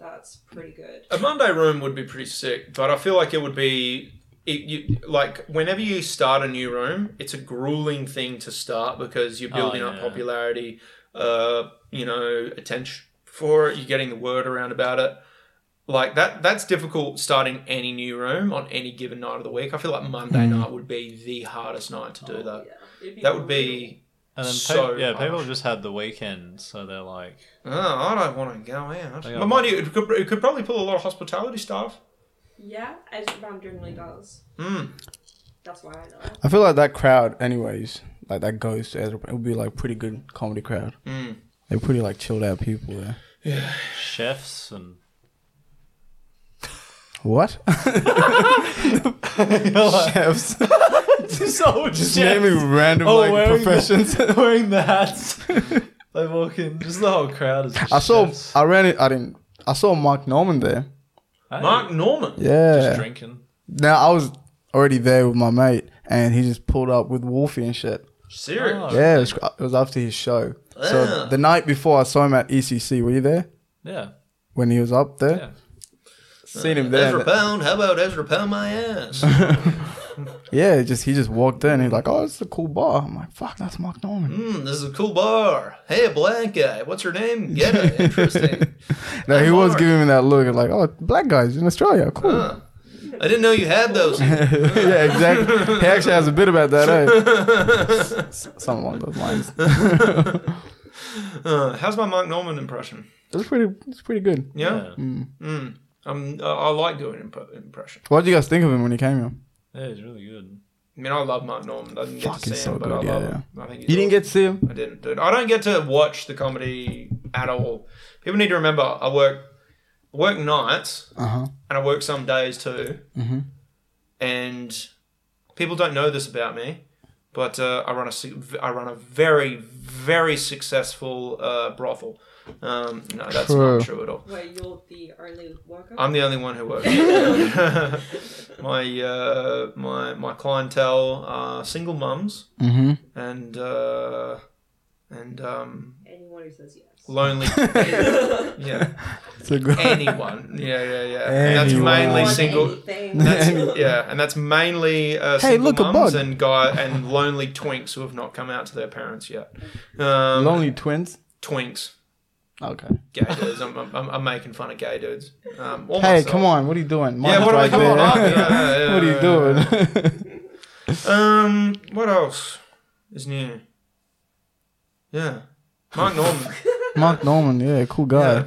that's pretty good. A Monday room would be pretty sick, but I feel like it would be. It, you, like whenever you start a new room, it's a grueling thing to start because you're Oh, building up yeah. popularity, uh, you know, attention for it. You're getting the word around about it. Like that, that's difficult starting any new room on any given night of the week. I feel like Monday night would be the hardest night to Oh, do that. Oh, Yeah, it'd That would be. And then So peop- yeah, much. people just had the weekend, so they're like, Oh, I don't want to go out. Hang on. But mind you, it could, it could probably pull a lot of hospitality staff. Yeah, Ezra Pound generally does. Mm. That's why I know. it. I feel like that crowd, anyways, like that goes to Ezra. It would be like pretty good comedy crowd. Mm. They're pretty like chilled out people there. Yeah. chefs and What? Chefs. just old Just naming random Oh, like wearing the- professions. wearing the hats. they walk in, just the whole crowd is. Just I saw. chefs. I ran it. I didn't. I saw Mark Norman there. Hey, Mark Norman. just Yeah. drinking. Now I was already there with my mate, and he just pulled up with Wolfie and shit. Serious. Oh. Yeah, it was, it was after his show. So Ugh. the night before, I saw him at ECC. Were you there Yeah, when he was up there? yeah. Seen him there. Ezra Pound, how about Ezra Pound my ass? Yeah, just he just walked in. He's like, "Oh, it's a cool bar." I'm like, "Fuck, that's Mark Norman." Hmm, this is a cool bar. Hey, black guy, what's your name? Get it. Interesting. No, he I'm was Mark. giving me that look, like, "Oh, black guys in Australia, cool." Huh. I didn't know you had those. yeah, exactly. He actually has a bit about that, eh? Something along those lines. Uh, how's my Mark Norman impression? It's pretty. It's pretty good. Yeah. yeah. Mm. Um, I I like doing imp- impression. What did you guys think of him when he came here? Yeah, he's really good. I mean, I love Mark Norman. I didn't get to Fucking see so him, but good, I love yeah, him. I think he's You didn't awesome. get to see him. I didn't, dude. I don't get to watch the comedy at all. People need to remember, I work I work nights Uh huh. and I work some days too. Mhm. And people don't know this about me, but uh, I run a su- I run a very very successful uh, brothel. Um, no, that's True. not true at all. Where you're the only worker. I'm the only one who works. my uh, my my clientele are single mums Mhm. and uh, and um, Anyone who says yes. lonely. yeah, It's a good. anyone. Yeah, yeah, yeah. And that's Anyone. mainly Anyone, single. anything. That's, yeah, and that's mainly uh, Hey, single look, a mums bug. and guy and lonely twinks who have not come out to their parents yet. Um, Lonely twins. twinks, Okay. gay dudes. I'm, I'm, I'm making fun of gay dudes. Um, or Hey, myself. come on. What are you doing? Yeah, Mine's what am I right doing? there. Oh, yeah, yeah, what are you yeah, doing? Um, what else is new? Yeah, Mark Norman. Mark Norman. Yeah, cool guy. Yeah.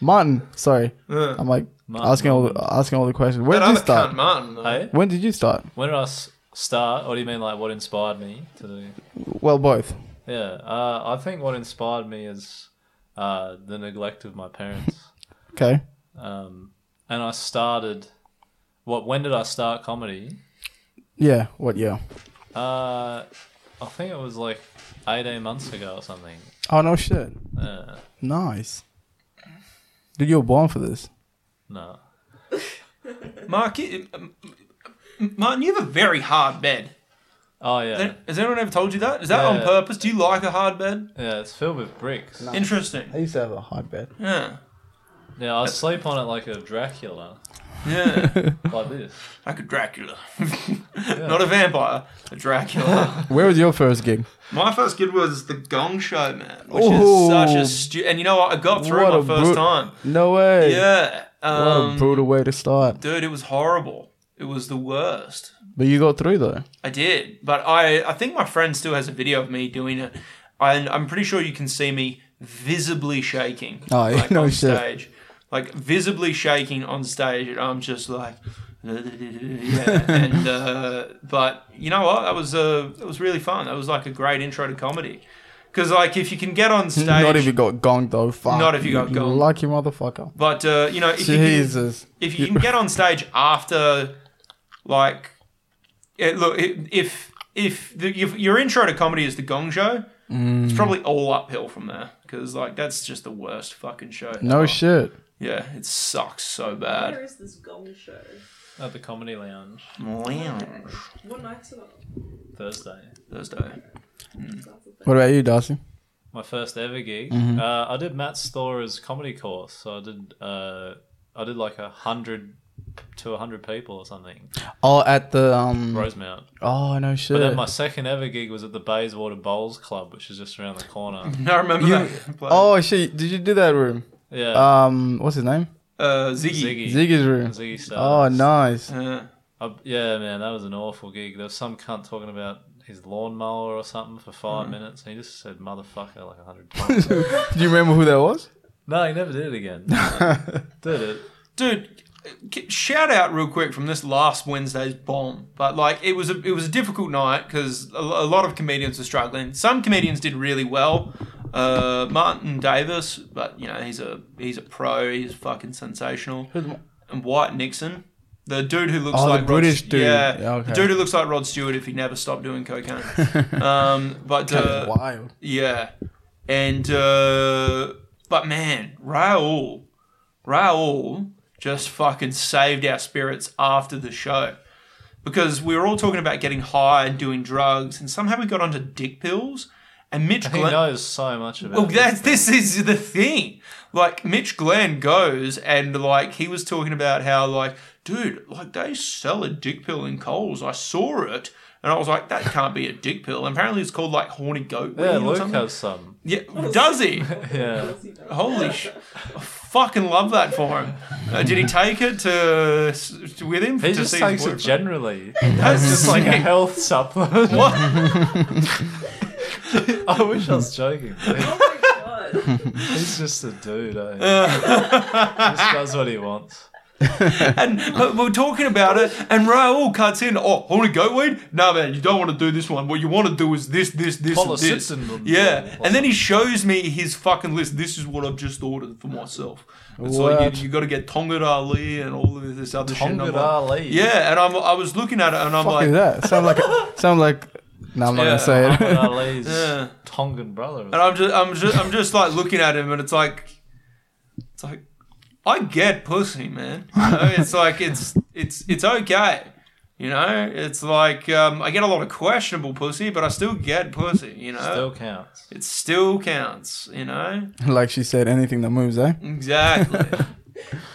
Martin. Sorry, Uh, I'm like Martin asking all the, asking all the questions. Where that did you other start? cunt, Martin. Though. Hey, When did you start? when did I s- start? What do you mean, like, what inspired me to do? Well, both. Yeah, uh, I think what inspired me is uh, the neglect of my parents. Okay. um, and I started. What? When did I start comedy? Yeah. What year? Uh, I think it was like eighteen months ago or something. Oh no shit. Uh, Nice. Dude, you were born for this. no, Mark, you, um, Martin, you have a very hard bed. oh yeah, Has anyone ever told you that? Is that on Yeah. purpose? Do you like a hard bed? yeah, it's filled with bricks. Interesting. I used to have a hard bed. Yeah. Yeah, I sleep on it like a Dracula, Yeah. like this. like a Dracula. Not a vampire, a Dracula. Where was your first gig? my first gig was The Gong Show, man, which Ooh. is such a stu- And you know what? I got through What my a first bru- time. No way. Yeah. What a Um, brutal way to start. dude, it was horrible. It was the worst. But you got through though. I did. But I, I think my friend still has a video of me doing it. And I'm pretty sure you can see me visibly shaking. Oh, like, no on shit. stage. Like visibly shaking on stage. And I'm just like yeah. and uh, but you know what? That was uh, it was really fun. That was like a great intro to comedy. Because like if you can get on stage, Not if you got gonged though. Fuck. Not if you got You gonged. Lucky motherfucker. but uh, you know if you can Jesus. if you can get on stage after, like, it, look, i- if if the, if your intro to comedy is the Gong Show, Mm. it's probably all uphill from there because like that's just the worst fucking show. No ever. shit. Yeah, it sucks so bad. Where is this gong show? At the Comedy Lounge, What night's it on? Thursday. Thursday. Mm. That's the thing. What about you, Darcy? My first ever gig. Uh, I did Matt Stora's comedy course. So I did, uh, I did like a hundred to a hundred people or something. Oh, at the um. Rosemount. Oh no But shit. then my second ever gig was at the Bayswater Bowls Club, which is just around the corner. I remember You- that. play. oh shit! Did you do that room? Yeah. Um, what's his name? uh, Ziggy. Ziggy. Ziggy's room. Ziggy Oh, Stardust. nice. Uh, I, yeah, man, that was an awful gig. There was some cunt talking about his lawnmower or something for five minutes, and he just said "motherfucker" like a hundred times. do you remember who that was? no, he never did it again. did it? dude k- shout out real quick from this last wednesday's bomb but like it was a it was a difficult night because a, a lot of comedians were struggling some comedians did really well uh, martin davis but you know he's a he's a pro he's fucking sensational and white nixon the dude who looks Oh, the like British Rod, dude. yeah, Yeah, okay. the dude who looks like Rod Stewart if he never stopped doing cocaine. um, but That was uh, wild. yeah. And uh but man, Raul Raul just fucking saved our spirits after the show. Because we were all talking about getting high and doing drugs and somehow we got onto dick pills and Mitch He Glenn knows so much about. Well, it. that's this is the thing. Like Mitch Glenn goes and like he was talking about how like dude, like they sell a dick pill in Coles. I saw it and I was like, that can't be a dick pill. And apparently it's called like horny goat Yeah, weed or Luke something. has some. Yeah, does he? Yeah. Does he know? Holy sh! I fucking love that for him. Uh, did he take it to, s- to- with him? He to just see his takes it boyfriend? generally. That's It's just like like a health supplement. what? I wish I was joking. but Oh my god. He's just a dude. Eh? he just does what he wants. And uh, we're talking about it, and Raoul cuts in. Oh, horny goat weed? No, man, you don't want to do this one. What you want to do is this, this, this, and this. Polycystin. Yeah, and then he shows me his fucking list. This is what I've just ordered for myself. It's like What? you, you got to get Tonga Ali and all of this other shit. and I'm Tonga like- Ali. Yeah, and I'm, I was looking at it, and I'm Fuck like, is that? Sound like. Sound like. No, I'm not Yeah, gonna say it. Muhammad Ali's Yeah. Tongan brother. And I'm just, I'm just, I'm just like looking at him, and it's like, it's like, I get pussy, man. You know, it's like, it's, it's, it's okay. You know, it's like, um, I get a lot of questionable pussy, but I still get pussy. You know, Still counts. it still counts. You know, like she said, anything that moves, eh? exactly.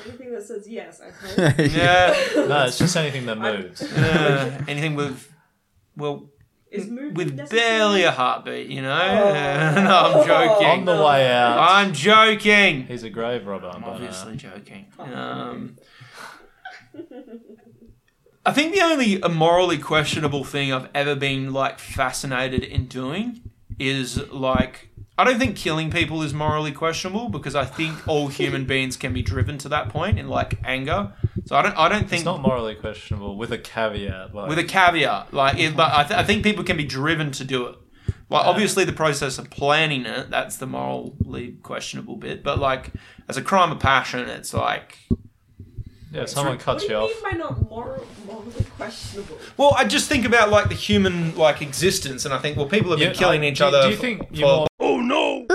Anything that says yes, I hope. yeah. yeah. No, it's just anything that moves. yeah. Anything with, well, Is movement with necessary? Oh. barely a heartbeat. You know, no, I'm joking. On the way out. I'm joking. He's a grave robber, I'm but, uh, obviously joking. Um, I think the only uh, morally questionable thing I've ever been like fascinated in doing is like I don't think killing people is morally questionable because I think all human beings can be driven to that point in like anger. So I don't I don't think it's not morally questionable with a caveat. Like, with a caveat. Like, it, but I, th- I think people can be driven to do it. Like, obviously, the process of planning it, that's the morally questionable bit. But, like, as a crime of passion, it's like. yeah, if someone What cuts do you you off. mean by not moral, morally questionable? Well, I just think about, like, the human, like, existence, and I think, well, people have been Yeah, killing I- each do- other. Do you f- think for- you more... Oh, no!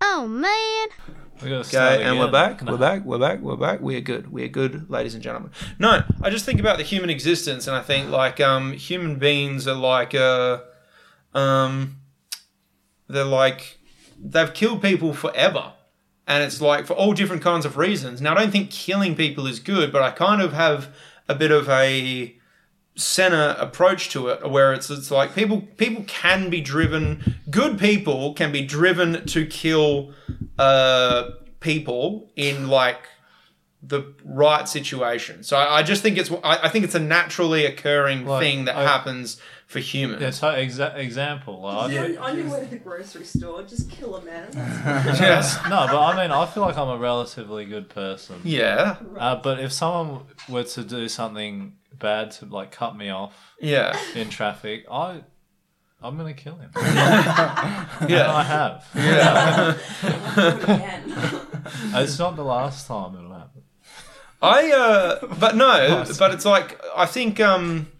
Oh man. We're gonna start Okay, and we're again. back. No. We're back. We're back. We're back. We're good. We're good, ladies and gentlemen. No, I just think about the human existence, and I think like um, human beings are like uh, um, they're like they've killed people forever, and it's like for all different kinds of reasons. Now, I don't think killing people is good, but I kind of have a bit of a center approach to it where it's it's like people people can be driven good people can be driven to kill uh people in like the right situation so i, I just think it's I, I think it's a naturally occurring Like, thing that I- happens for humans Yeah, so exa- example. Oh, Like, I- On, on your way to the grocery store, just kill a man. That's yes No, but I mean, I feel like I'm a relatively good person. yeah Uh, but if someone were to do something bad to like cut me off yeah in traffic, I I'm gonna kill him. And I Yeah. have. yeah. Again. It's not the last time it'll happen. I uh but no, but it's like I think um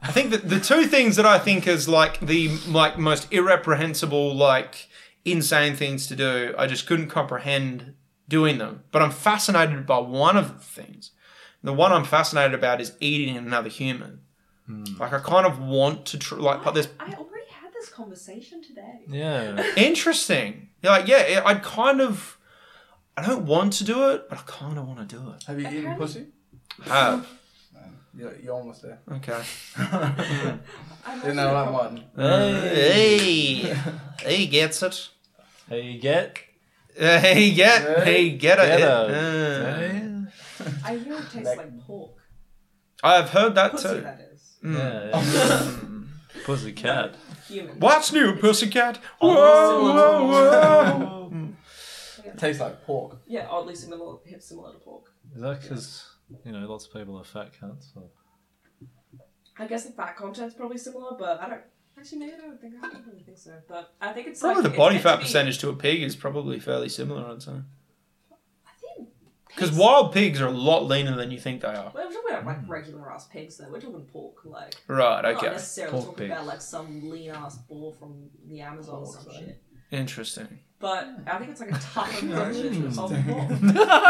I think that the two things that I think is like the like most irreprehensible like insane things to do, I just couldn't comprehend doing them. But I'm fascinated by one of the things. The one I'm fascinated about is eating another human. Like I kind of want to tr- like put this I already had this conversation today. Yeah. interesting. You're like yeah, I kind of I don't want to do it, but I kind of want to do it. Have you eaten pussy? I have. You're, you're almost there. Okay. I'm Didn't actually- know that one. Hey. hey, he gets it. Hey, get. Uh, he get, Hey, he get get it. a- Uh, Yeah. I hear it tastes like pork. I've heard that uh, Pussy, too. that is. mm. yeah. Pussy cat. Human. What's new, pussycat? Whoa, whoa, whoa. Tastes like pork. Yeah, oddly similar, similar to pork. Is that because you know lots of people are fat cats? Or... I guess the fat content's probably similar, but I don't. Actually, maybe I don't think I don't really think so. But I think it's Probably like, the it's body meant to fat be- percentage to a pig is probably fairly similar, I'd say. I think Because pigs- wild pigs are a lot leaner than you think they are. We're talking about like regular ass pigs, though. We're talking pork, like Right, we're not okay. necessarily Pork talking pigs. about like some lean ass boar from the Amazon or some shit. Interesting. But I think it's like a tougher version of pork.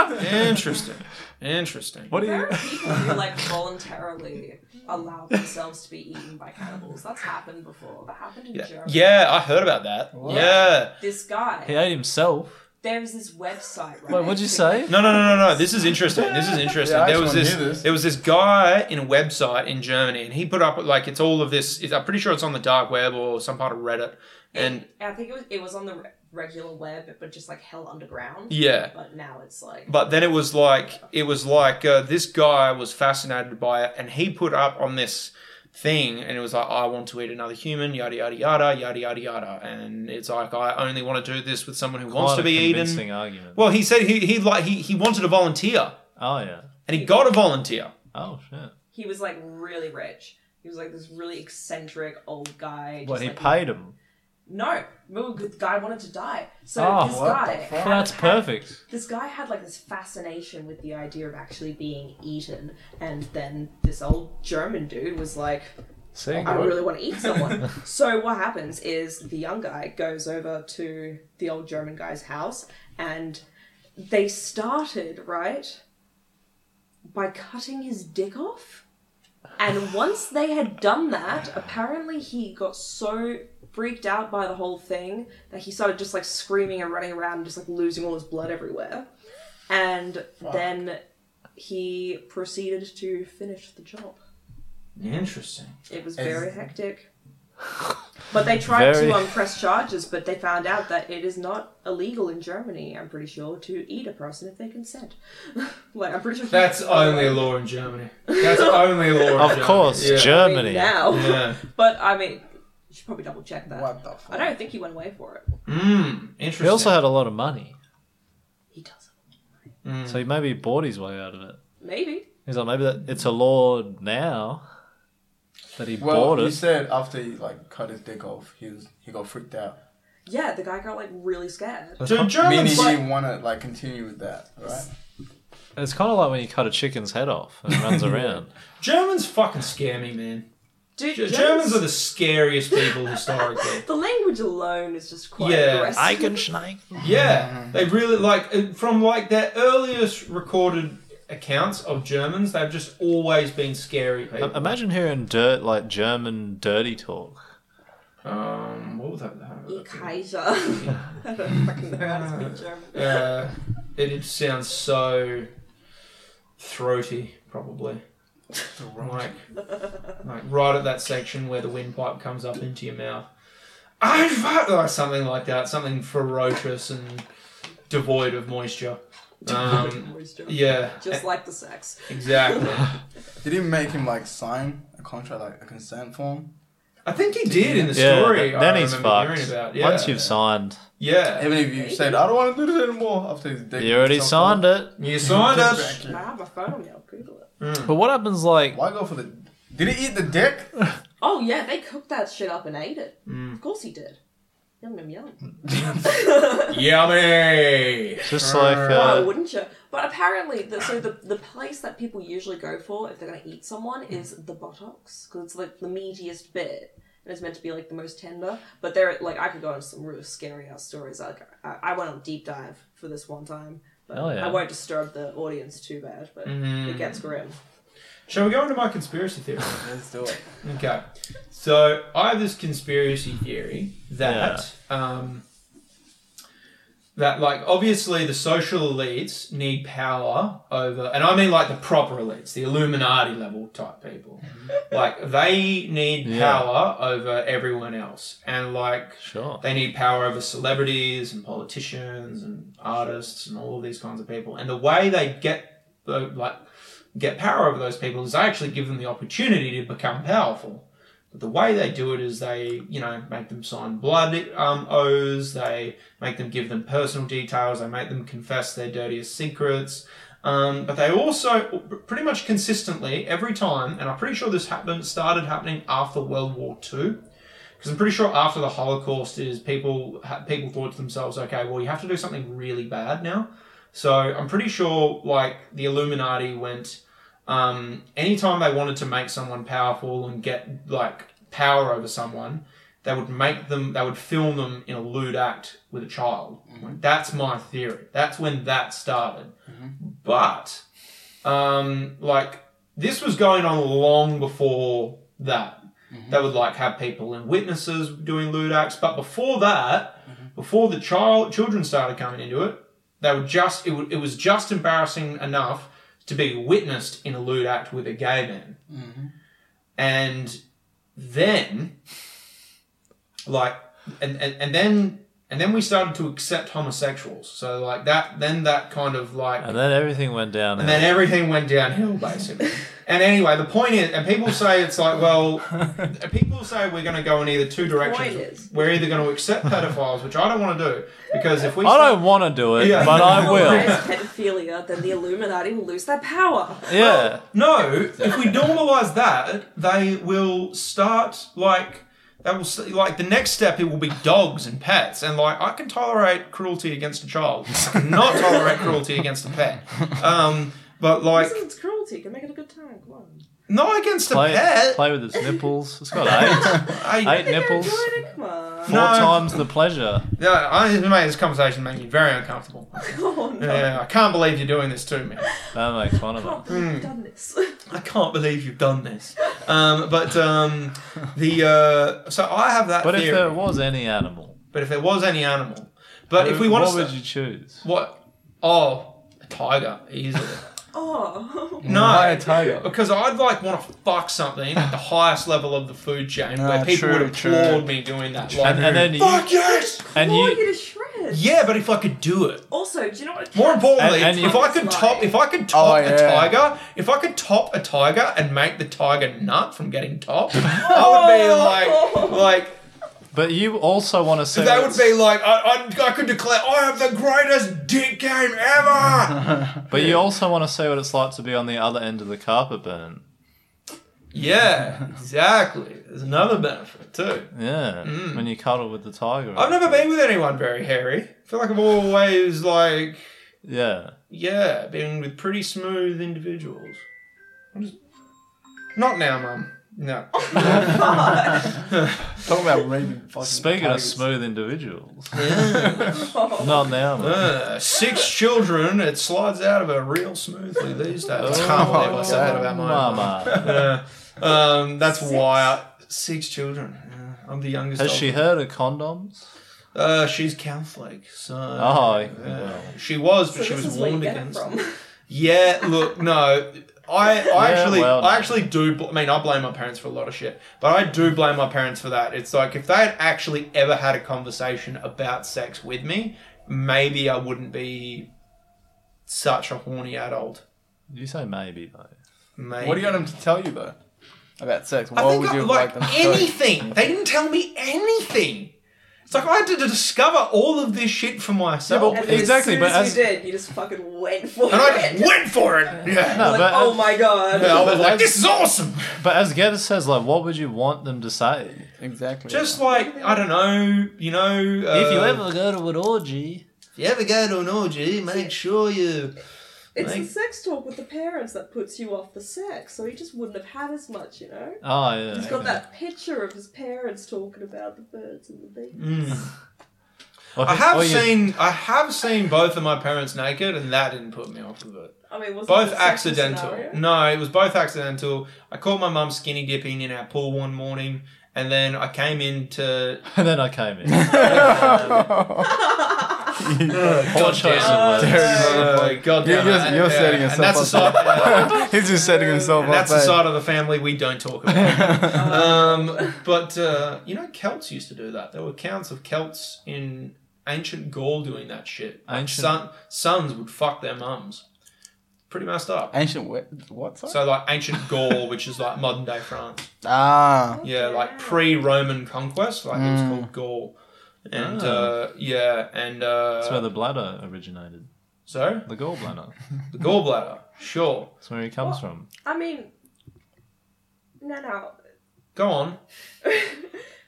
Interesting. Interesting. What do There you? are people who like voluntarily allow themselves to be eaten by cannibals. That's happened before. That happened in Yeah, Germany. yeah I heard about that. Yeah. This guy. He ate himself. There's this website. Right? Wait, what'd you that- say? No, no, no, no, no. This is interesting. This is interesting. Yeah, I there was just wanna this, hear this. There was this guy in a website in Germany, and he put up like it's all of this. It's, I'm pretty sure it's on the dark web or some part of Reddit. And I think it was it was on the re- regular web, but just like hell underground. yeah, But now it's like but then it was like it was like uh, this guy was fascinated by it, and he put up on this thing, and it was like I want to eat another human, yada yada yada, yada yada yada, and it's like I only want to do this with someone who wants Quite to a be eaten. convincing argument. Well, he said he he like he, he wanted a volunteer, Oh yeah. and he got a volunteer. Oh shit. he was like really rich. He was like this really eccentric old guy. just, What he like- paid him. No, no, the guy wanted to die. So Oh, this what guy. the fuck? had- Well, that's had- perfect. This guy had like this fascination with the idea of actually being eaten, and then this old German dude was like, See. I really want to eat someone. so what happens is the young guy goes over to the old German guy's house and they started, right, by cutting his dick off. And once they had done that, apparently he got so freaked out by the whole thing that he started just like screaming and running around and just like losing all his blood everywhere. And then he proceeded to finish the job. Interesting. It was very hectic. But they tried Very- to um, press charges, but they found out that it is not illegal in Germany, I'm pretty sure, to eat a person if they consent. like, I'm pretty sure. That's only a law in Germany. That's only a law. In Of Germany. course, Yeah. I mean, Germany. Now. Yeah. But, I mean, you should probably double check that. What the fuck? I don't think he went away for it. Mm, interesting. He also had a lot of money, He doesn't. so he maybe bought his way out of it. Maybe. He's like, maybe that it's a law now that he Well, bought he it. said after he like cut his dick off, he was, he got freaked out. Yeah, the guy got, like, really scared. Dude, Meaning he Germans like, didn't want to like continue with that, right? It's kind of like when you cut a chicken's head off and it runs around. Germans fucking scare me, man. Dude, Germans, Germans- are the scariest people historically. The language alone is just quite Yeah, aggressive. Eigenschneid. yeah, they really like uh, from like their earliest recorded accounts of Germans, they've just always been scary people. I- Imagine hearing dirt like German dirty talk. Um, what was that? that Die Kaiser. I don't fucking know how to speak German. Uh, it, it sounds so throaty, probably. Like, like right at that section where the windpipe comes up into your mouth. I fuck- or something like that, something ferocious and devoid of moisture. Um, yeah, e-, Just like the sex. exactly. Did he make him like sign a contract, like a consent form? I think he did in the Yeah, story. th- I then he's remember fucked. hearing about. Yeah, Once you've signed, yeah, Even if you said, "I don't want to do this anymore," after his dick. you already was signed it. you signed it. Hmm. I have my phone on me, I'll Google it. But what happens like Why go for the? Did he eat the dick? Oh yeah, they cooked that shit up and ate it. Mm. Of course he did. Yum yum yum. Yummy. Just like Why uh, wouldn't you? But apparently, the, so the the place that people usually go for if they're gonna eat someone is the buttocks because it's like the meatiest bit and it's meant to be like the most tender. But there, like I could go into some real scary ass stories. Like I, I went on a deep dive for this one time. But Hell yeah. Mm. I won't disturb the audience too bad, but it gets grim. Shall we go into my conspiracy theory? Let's do it. Okay. So I have this conspiracy theory that um, that like obviously the social elites need power over and I mean like the proper elites, the Illuminati level type people. like they need Yeah. power over everyone else. And like sure. they need power over celebrities and politicians and artists and all of these kinds of people. And the way they get the like get power over those people is they actually give them the opportunity to become powerful. But the way they do it is they, you know, make them sign blood um, oaths. They make them give them personal details. They make them confess their dirtiest secrets. Um, but they also pretty much consistently every time, and I'm pretty sure this happened started happening after World War II because I'm pretty sure after the Holocaust is people ha- people thought to themselves, okay, well you have to do something really bad now. So I'm pretty sure like the Illuminati went um, anytime they wanted to make someone powerful and get like power over someone, they would make them they would film them in a lewd act with a child. That's my theory. That's when that started. But um, like this was going on long before that. They would like have people and witnesses doing lewd acts, but before that, before the child children started coming into it, they were just it, would, it was just embarrassing enough to be witnessed in a lewd act with a gay man, and then like and, and and then and then we started to accept homosexuals. So like that, then that kind of like And then everything went down. and then everything went downhill, basically. and anyway, the point is, and people say it's like, well, people say we're going to go in either two directions. point is- We're either going to accept pedophiles, which I don't want to do, because if we. I start- don't want to do it, Yeah. but I Normalize will. pedophilia, then the Illuminati will lose their power. Yeah. No, if we normalize that, they will start like that will st- like the next step. It will be dogs and pets, and like I can tolerate cruelty against a child, I cannot tolerate cruelty against a pet. Um, but like It's cruelty. You Can make it a good time. Come on. not against a Play, pet. play with its nipples. It's got eight, I- eight nipples. Enjoy Four it. Come on. No. times the pleasure. Yeah, I made this conversation make me very uncomfortable. Oh no. Yeah, I can't believe you're doing this to me. That makes fun of can't it. Hmm. believe you've done this. I can't believe you've done this. Um, but um, the uh, so I have that But theory. if there was any animal, but if there was any animal, but if we what want to, would you choose? what? Oh, a tiger easily. oh. no, Why a tiger? Because I'd like want to fuck something at the highest level of the food chain where Ah, people true, would applaud true. me doing that. And, Like, and then you, fuck yes. and Tore you, you to shreds. Yeah, but if I could do it. Also, do you know what? More importantly, And- and if you- I could top, if I could top Oh, a yeah. tiger, if I could top a tiger and make the tiger nut from getting topped, I would be like, like but you also want to see. that would be like, I, I, I could declare, I have the greatest dick game ever. But you also want to see what it's like to be on the other end of the carpet burn. yeah, exactly. There's another benefit too. Yeah, when you cuddle with the tiger. Mm. I've never been with anyone very hairy. I feel like I've always like, Yeah, yeah, been with pretty smooth individuals. I'm just- Not now, mum. No. Talk about raping. fucking speaking of tigers. smooth individuals, not now. Man. Uh, six children, it slides out of her real smoothly these days. I Oh, can't believe I said that about mine. Mama, Um, that's why I, six children. Yeah, I'm the youngest. has of- she heard of condoms? Uh, she's Catholic, so Oh, uh, well. she was, but So she this was is where you warned get it against. from. Yeah, look, no. I, I Yeah, actually well, I actually do bl- I mean I blame my parents for a lot of shit, but I do blame my parents for that. It's like if they had actually ever had a conversation about sex with me, maybe I wouldn't be such a horny adult. You say maybe though. Maybe. What do you want them to tell you though about sex? I What think would I, you like like them to tell you? anything. They didn't tell me anything. It's like I had to discover all of this shit for myself. And but- then Exactly, as soon but as, as- you did, you just fucking went for and I it. just went for it. Yeah. No, Like, but- oh my god. I was like, this is awesome. But as Geddes says, like, what would you want them to say? Exactly. Just like, I don't know, you know. Uh, if you ever go to an orgy, if you ever go to an orgy, make sure you. It's the Like- sex talk with the parents that puts you off the sex, so he just wouldn't have had as much, you know? oh yeah, He's got that picture of his parents talking about the birds and the bees. Mm. Or- I have or you- seen, I have seen both of my parents naked, and that didn't put me off of it. I mean, was Both it a sexual accidental. scenario? No, it was both accidental. I caught my mum skinny dipping in our pool one morning, and then I came in to. and then I came in. Poor choice of words. Uh, God You're- damn you're- it. you're Yeah, setting and yourself that's up. the side, He's just setting himself and up. that's the bad. side of the family we don't talk about. um, but uh, you know, Celts used to do that. There were counts of Celts in ancient Gaul doing that shit. Like Ancient- son, sons would fuck their mums. Pretty messed up. Ancient what? What? sorry? So like ancient Gaul, which is like modern day France. ah, Yeah, like pre-Roman conquest, like Mm. it was called Gaul. And uh, yeah, and uh, Ah. That's where the bladder originated. so The gallbladder. the gallbladder, sure. That's where he comes from. I mean, no, no. Go on.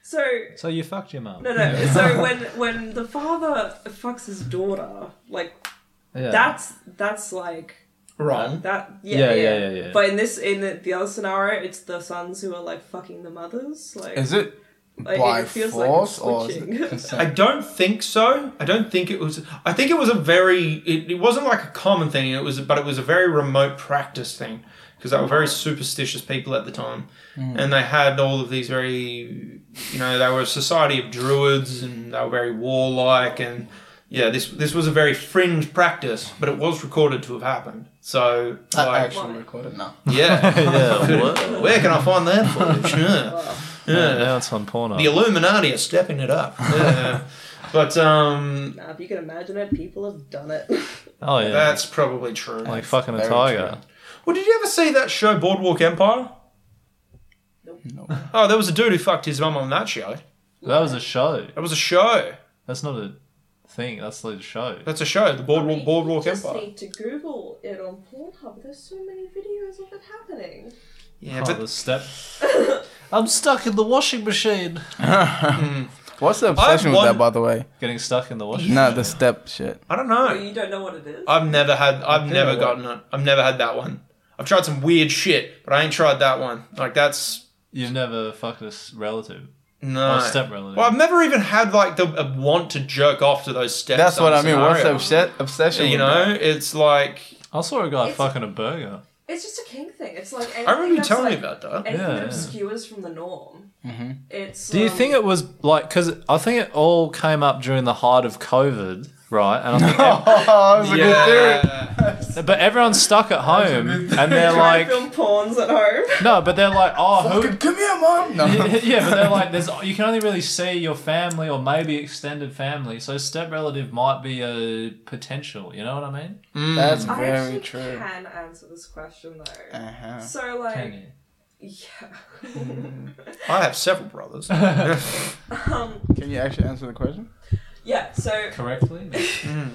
So, So you fucked your mum. no, no. So when when the father fucks his daughter, like Yeah. that's that's like Wrong. that. Yeah, Yeah, yeah, yeah, yeah, yeah. But in this, in the, the other scenario, it's the sons who are like fucking the mothers. Like, is it like, by it feels like force it's or is switching. it I consent? don't think so. I don't think it was. I think it was a very. It, it wasn't like a common thing. It was, but it was a very remote practice thing because they were very superstitious people at the time, and they had all of these very. You know, they were a society of druids, and they were very warlike, and yeah, this this was a very fringe practice, but it was recorded to have happened. So, I like, Uh, actually recorded now. yeah, yeah. what? where can I find that footage? Yeah. Oh, Yeah, yeah. now it's on porno. The Illuminati are stepping it up. Yeah. But um, Nah, if you can imagine it, people have done it. oh yeah. That's probably true. like fucking a very tiger. well, did you ever see that show Boardwalk Empire? No. Oh, there was a dude who fucked his mum on that show. That was a show. That was a show. That's not a thing. That's the show. That's a show. The Boardwalk mean, Boardwalk you just Empire. need to Google it on Pornhub. There's so many videos of it happening. Yeah, Oh, but the step. I'm stuck in the washing machine. Hmm. What's the obsession with want- that, by the way? Getting stuck in the washing. No, the step shit. I don't But know. you don't know what it is. I've never had. I've never what? gotten it. I've never had that one. I've tried some weird shit, but I ain't tried that one. Like that's You've never fucked a s- relative. no Or step relative. Well, I've never even had like the a want to jerk off to those steps. That's what I mean. What's the scenario. obse- obsession? You with that? know, it's like I saw a guy It's- fucking a burger. It's just a king thing. It's like anything I remember you that's telling me like- about that. Anything Yeah, that yeah. obscures from the norm. Mm-hmm. It's. Do you um, think it was like because I think it all came up during the height of COVID, right? And I think, ev- Oh, that's a good theory. but everyone's stuck at home and they're like, trying to film porns at home? no, but they're like, oh, who? Fucking Come here, mom. No. yeah, but they're like, there's you can only really see your family or maybe extended family, so step relative might be a potential. You know what I mean? That's Hmm. I very actually true. can answer this question though. Uh-huh. So Uh, Can like, you? yeah. I have several brothers. Can you actually answer the question? yeah. So Correctly.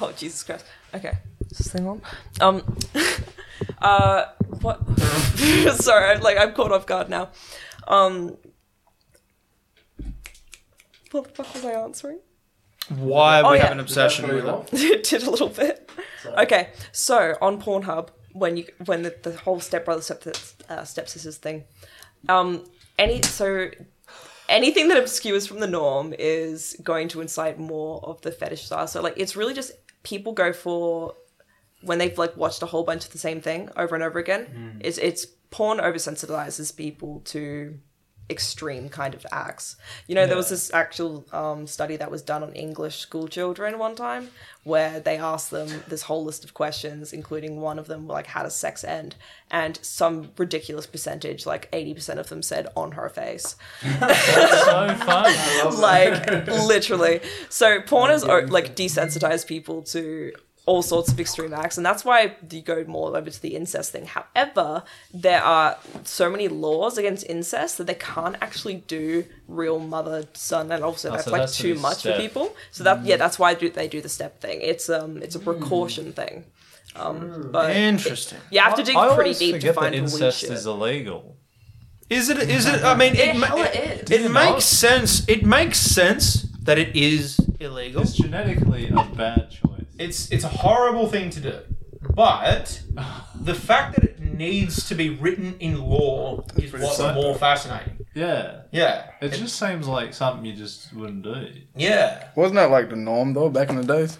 Oh Jesus Christ! Okay, is this thing on? Um, uh, what? Sorry, I'm, like I'm caught off guard now. Um, what the fuck was I answering? Why Oh, we yeah. have an obsession with it. it did a little bit. Okay, so on Pornhub, when you when the, the whole stepbrother step uh, stepsisters thing, um, any so anything that obscures from the norm is going to incite more of the fetish style. So like, it's really just people go for when they've like watched a whole bunch of the same thing over and over again. It's it's porn oversensitizes people to extreme kind of acts. You know, there was this actual um, study that was done on English school children one time where they asked them this whole list of questions, including one of them, like, how does sex end? And some ridiculous percentage, like 80% of them said, on her face. so fun. Like, literally. So porn has, o- like, desensitized people to all sorts of extreme acts, and that's why you go more over to the incest thing. However, there are so many laws against incest that they can't actually do real mother son, and also that's Oh, so like that's the too new much step. Mm. for people. So that yeah, that's why I do, they do the step thing. It's um it's a Hmm. precaution thing. Um, but Interesting. you have to dig pretty always deep to forget that find the weird incest shit. is illegal. Is it? Is it? I mean, it, It ma- hella it, is. it makes sense. It makes sense that it is illegal. It's genetically a bad choice. It's it's a horrible thing to do, but the fact that it needs to be written in law is pretty what's sad. more fascinating. Yeah. Yeah. It just seems like something you just wouldn't do. Yeah. Wasn't that like the norm though back in the days?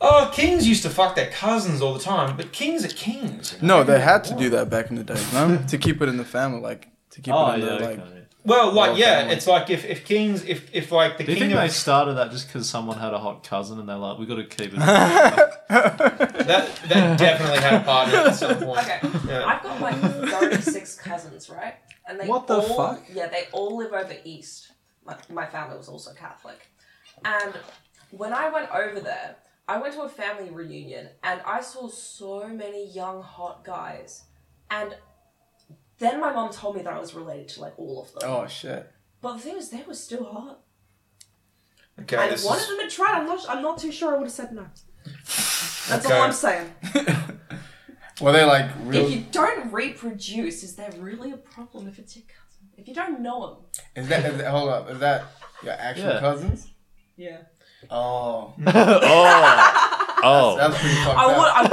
Oh, kings used to fuck their cousins all the time, but kings are kings. you know? No, they had to do that back in the days, no? to keep it in the family, like to keep Oh, it in yeah, the like. okay. Well, like Royal yeah, family. it's like if, if kings if if like the Do you king think of they started that just because someone had a hot cousin and they're like, we got to keep it? that that definitely had a part in it at some point. Okay. Yeah. I've got like 36 cousins, right? And they What the all, fuck? Yeah, they all live over east. My, my family was also Catholic. And when I went over there, I went to a family reunion and I saw so many young, hot guys. And then my mom told me that I was related to like all of them. Oh shit! But the thing is, they were still hot. Okay, And this one is- of them had tried. I'm not, I'm not too sure I would have said no. That's Okay. all I'm saying. Were they like real? If you don't reproduce, is there really a problem if it's your cousin? If you don't know him? Is that, is that hold up? Is that your actual Yeah. cousins? Yeah. Oh, oh. Oh. that's pretty fucked I up. would. I,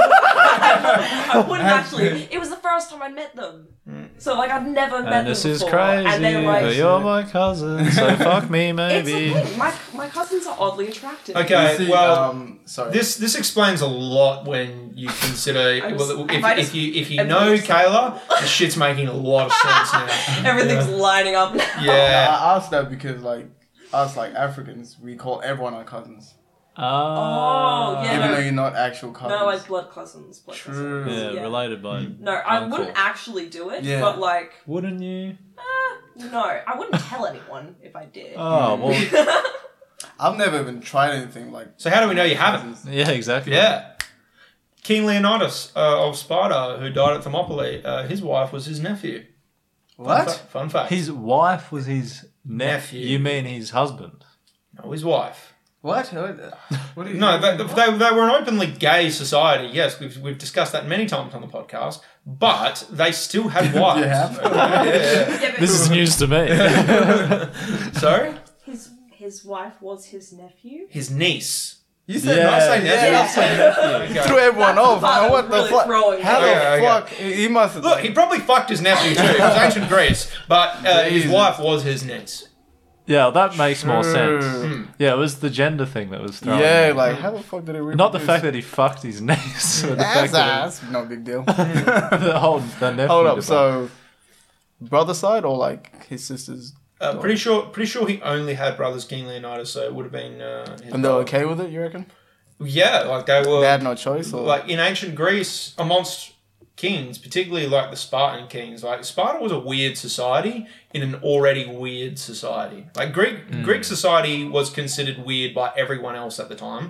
would, I wouldn't actually. It was the first time I met them, so like I've never met Mm. And this them is before. crazy, And they're but like, you're my cousin, so fuck me, it's maybe. a thing. My my cousins are oddly attractive. Okay, You see, well, um, sorry. This this explains a lot when you consider I'm well, s- if, am I if just- you if you am I know just- Kayla, the shit's making a lot of sense now. Everything's lining up. Now. Yeah, Yeah. I asked that because like us like Africans, we call everyone our cousins, Ah. Oh, even yeah. though you're not actual cousins. No, like blood cousins. Blood cousins. True. Yeah, Yeah. related by. No, I uncle. wouldn't actually do it. Yeah. But like, Wouldn't you? eh, no, I wouldn't tell anyone if I did. Oh, well. I've never even tried anything like. So how do we know you haven't? cousins. Yeah, exactly. Yeah. King Leonidas uh, of Sparta, who died at Thermopylae, uh, his wife was his nephew. Fun What? fa- Fun fact. His wife was his nephew. Nephew. You mean his husband? no, his wife. What? What are you? No, they, they, they were an openly gay society. Yes, we've, we've discussed that many times on the podcast. But they still had wives. have? Yeah. Yeah, but This is news to me. Sorry, his his wife was his nephew. his niece. You Yeah. no, I said Yeah. yes, I said Okay. yes. Threw everyone off. man, part that what the really fuck? throwing How me. the Okay, okay. fuck? He he must have. Look, he probably fucked his nephew too. It was ancient Greece, but uh, his Jesus. wife was his niece. yeah, that makes more True. sense. Yeah, it was the gender thing that was thrown. Mm. yeah, like how the fuck did he? Not the reproduce? fact that he fucked his niece, or the That's, fact that that's no big deal. he, the whole the nephew. Hold up, debate. so brother side or like his sisters, Uh, pretty sure, pretty sure he only had brothers King Leonidas, so it would have been. Uh, his and they're brother. okay with it? You reckon? Yeah, like they were. They had no choice, or like in ancient Greece, amongst kings, particularly like the Spartan kings, like Sparta was a weird society in an already weird society. Like Greek Greek society was considered weird by everyone else at the time.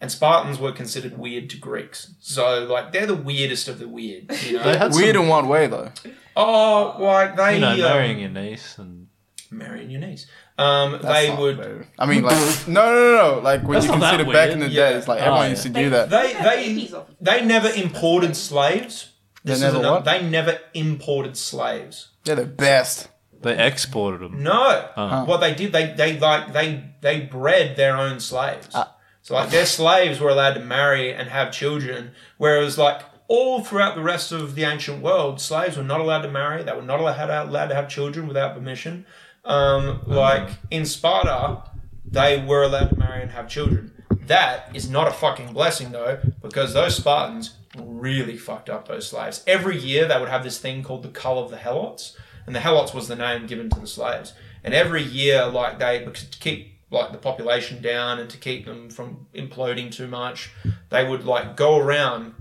And Spartans were considered weird to Greeks, so like they're the weirdest of the weird. You know? They had weird some, in one way though. Oh, like they you know, um, marrying your niece and marrying your niece. Um, That's they not would. very- I mean, like no, no, no, no. Like when That's you not that consider back in the weird. Yeah. days, like Oh, everyone yeah. used to do that. They they Babies off of they them. never imported slaves. This never is another- what? They never imported slaves. They're the best. they exported them. No, Oh. what they did they they like they they bred their own slaves. so like their slaves were allowed to marry and have children, whereas like. All throughout the rest of the ancient world, slaves were not allowed to marry. They were not allowed allowed to have children without permission. Um, like in Sparta, they were allowed to marry and have children. That is not a fucking blessing though, because those Spartans really fucked up those slaves. Every year they would have this thing called the cull of the helots, and the helots was the name given to the slaves. And every year, like they because to keep like the population down and to keep them from imploding too much, they would like go around.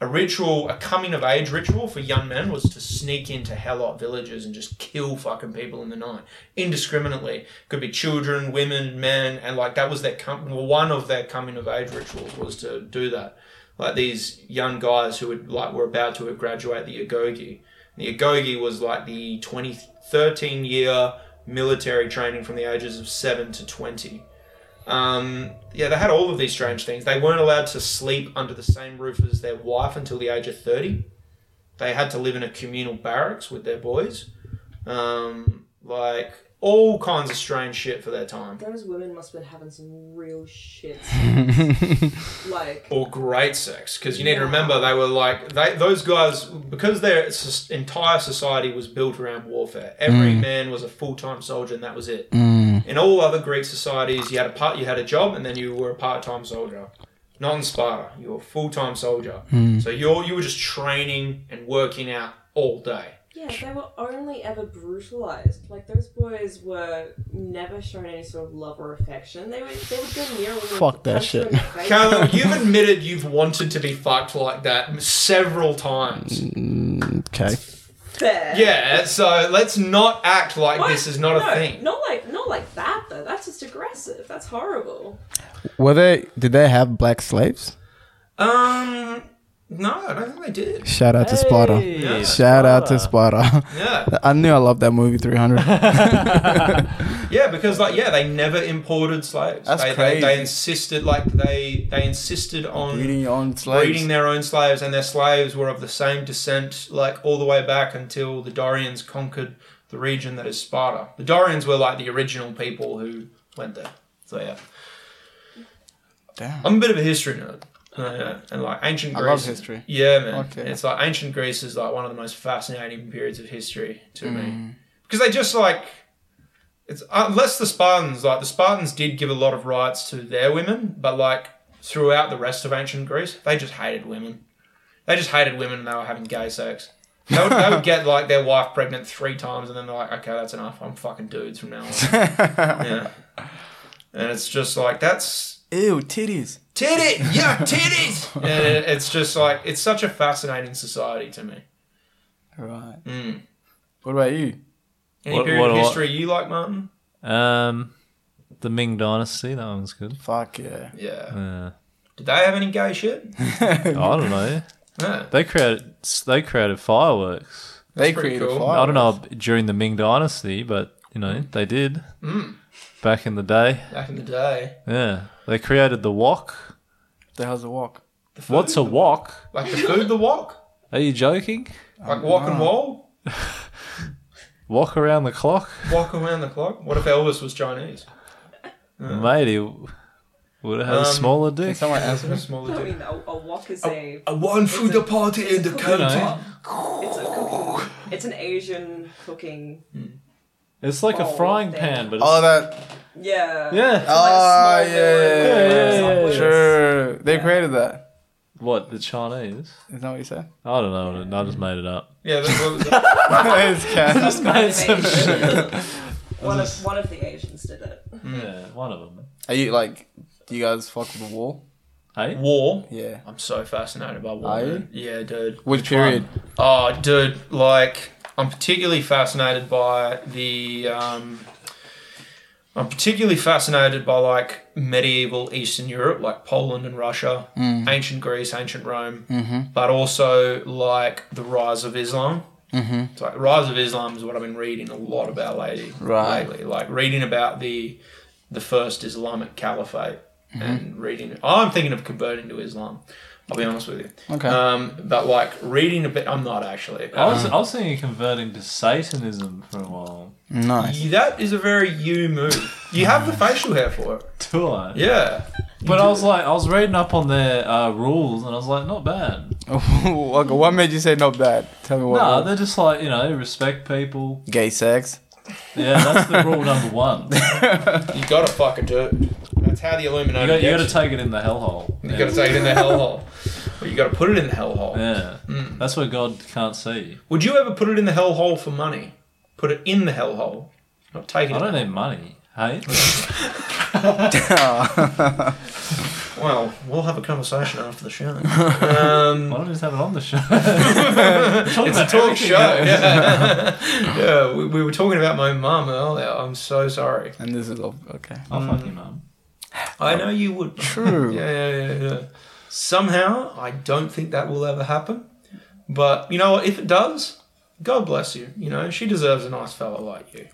A ritual, a coming of age ritual for young men was to sneak into helot villages and just kill fucking people in the night indiscriminately. Could be children, women, men, and like that was their com- one of their coming of age rituals was to do that. like these young guys who would like were about to graduate the Agogi. The Agogi was like the 20, 13 year military training from the ages of seven to twenty. Um, yeah, they had all of these strange things. They weren't allowed to sleep under the same roof as their wife until the age of thirty. They had to live in a communal barracks with their boys. Um, like all kinds of strange shit for their time. Those women must have been having some real shit. like, or great sex because you need to remember they were like they those guys because their s- entire society was built around warfare every man was a full-time soldier and that was it in all other greek societies you had a part you had a job and then you were a part-time soldier not in sparta you were a full-time soldier so you're you were just training and working out all day yeah, they were only ever brutalized. Like those boys were never shown any sort of love or affection. They would they would go near women. Fuck that punch them in the face. Caleb, you've admitted you've wanted to be fucked like that several times. Okay. Fair. Yeah, so let's not act like What? this is not No, a thing. Not like not like that though. That's just aggressive. That's horrible. Were they? Did they have black slaves? Um, no, I don't think they did. Shout out to Sparta. Yeah. Shout out to Sparta. Yeah, I knew I loved that movie 300. yeah, because like yeah, they never imported slaves. That's they, They, they crazy. insisted like they they insisted on Reading your own slaves. breeding their own slaves, and their slaves were of the same descent, like all the way back until the Dorians conquered the region that is Sparta. The Dorians were like the original people who went there. So yeah, Damn. I'm a bit of a history nerd. Uh, yeah. And like ancient I Greece, love history. Yeah, man. Okay. It's like ancient Greece is like one of the most fascinating periods of history to Mm. me because they just like it's unless the Spartans like the Spartans did give a lot of rights to their women, but like throughout the rest of ancient Greece, they just hated women. They just hated women, and they were having gay sex. They would, they would get like their wife pregnant three times, and then they're like, "Okay, that's enough. I'm fucking dudes from now on." yeah, and it's just like that's Ew, titties. titty, yeah, titties. and it- it's just like it's such a fascinating society to me. Right. Mm. What about you? Any What- period what- of what- history you like, Martin? Um, the Ming Dynasty. That one's good. Fuck yeah. Yeah. Uh, Did they have any gay shit? I don't know. No. They created they created fireworks. They pretty created cool. fire. I don't know during the Ming Dynasty, but you know Mm. they did back in the day. Back in the day, Yeah, they created the wok. The hell's a walk? What's a wok? like the food, the walk, Are you joking? Oh, like walk and wall, Walk around the clock, walk around the clock. What if Elvis was Chinese? matey. Would have had Um, a smaller Can dick. someone ask A me? I smaller dick. mean, a, a wok is a I won through the party in the know. it's a cooking. It's an Asian cooking. It's like Oh, a frying thank pan, but it's, Oh, that. Yeah. yeah. Oh, small yeah. little- Yeah, yeah, yeah. Sure. They created that. What the Chinese? Is that what you said? I don't know. I just made it up. Yeah, that's what was that? it's cat. Just One made of, some Asian- one, of, one of the Asians did it. Mm. Yeah, one of them. Are you like, do you guys fuck with the wall? Hey, war. Yeah. I'm so fascinated by war. Are you? dude. Yeah, dude. Which period? Oh, dude, like I'm particularly fascinated by the. Um, I'm particularly fascinated by like medieval Eastern Europe, like Poland and Russia, Mm. ancient Greece, ancient Rome, Mm-hmm. but also like the rise of Islam. Mm-hmm. It's like rise of Islam is what I've been reading a lot about lately. Right. Lately, like reading about the the first Islamic Caliphate Mm-hmm. and reading. I'm thinking of converting to Islam. I'll be honest with you. Okay. Um, but like reading a bit, I'm not actually. I was I was thinking of converting to Satanism for a while. Nice. that is a very you move. You have the facial hair for it. Do I? Yeah. But I was like, I was reading up on their uh, rules, and I was like, not bad. okay, what made you say not bad? Tell me what. Nah, they're just like you know, respect people. Gay sex. Yeah, that's the rule number one. You You gotta fucking do it. That's how the Illuminati. got, you got gets to take it in the hellhole. you gotta take it in the hellhole. But you gotta put it in the hellhole. Yeah, Mm. that's where God can't see. Would you ever put it in the hellhole for money? Put it in the hellhole. Not take it. I don't need money. Hey, Well, we'll have a conversation after the show. Um, why don't we just have it on the show? We're talking it's a about talk everything. show. Yeah, yeah we, we were talking about my mum earlier. I'm so sorry. And this is all. Okay. I'll fuck you, mum. I know you would. True. Yeah, yeah, yeah, yeah. Somehow, I don't think that will ever happen. But you know what? If it does, God bless you. You know, she deserves a nice fella like you.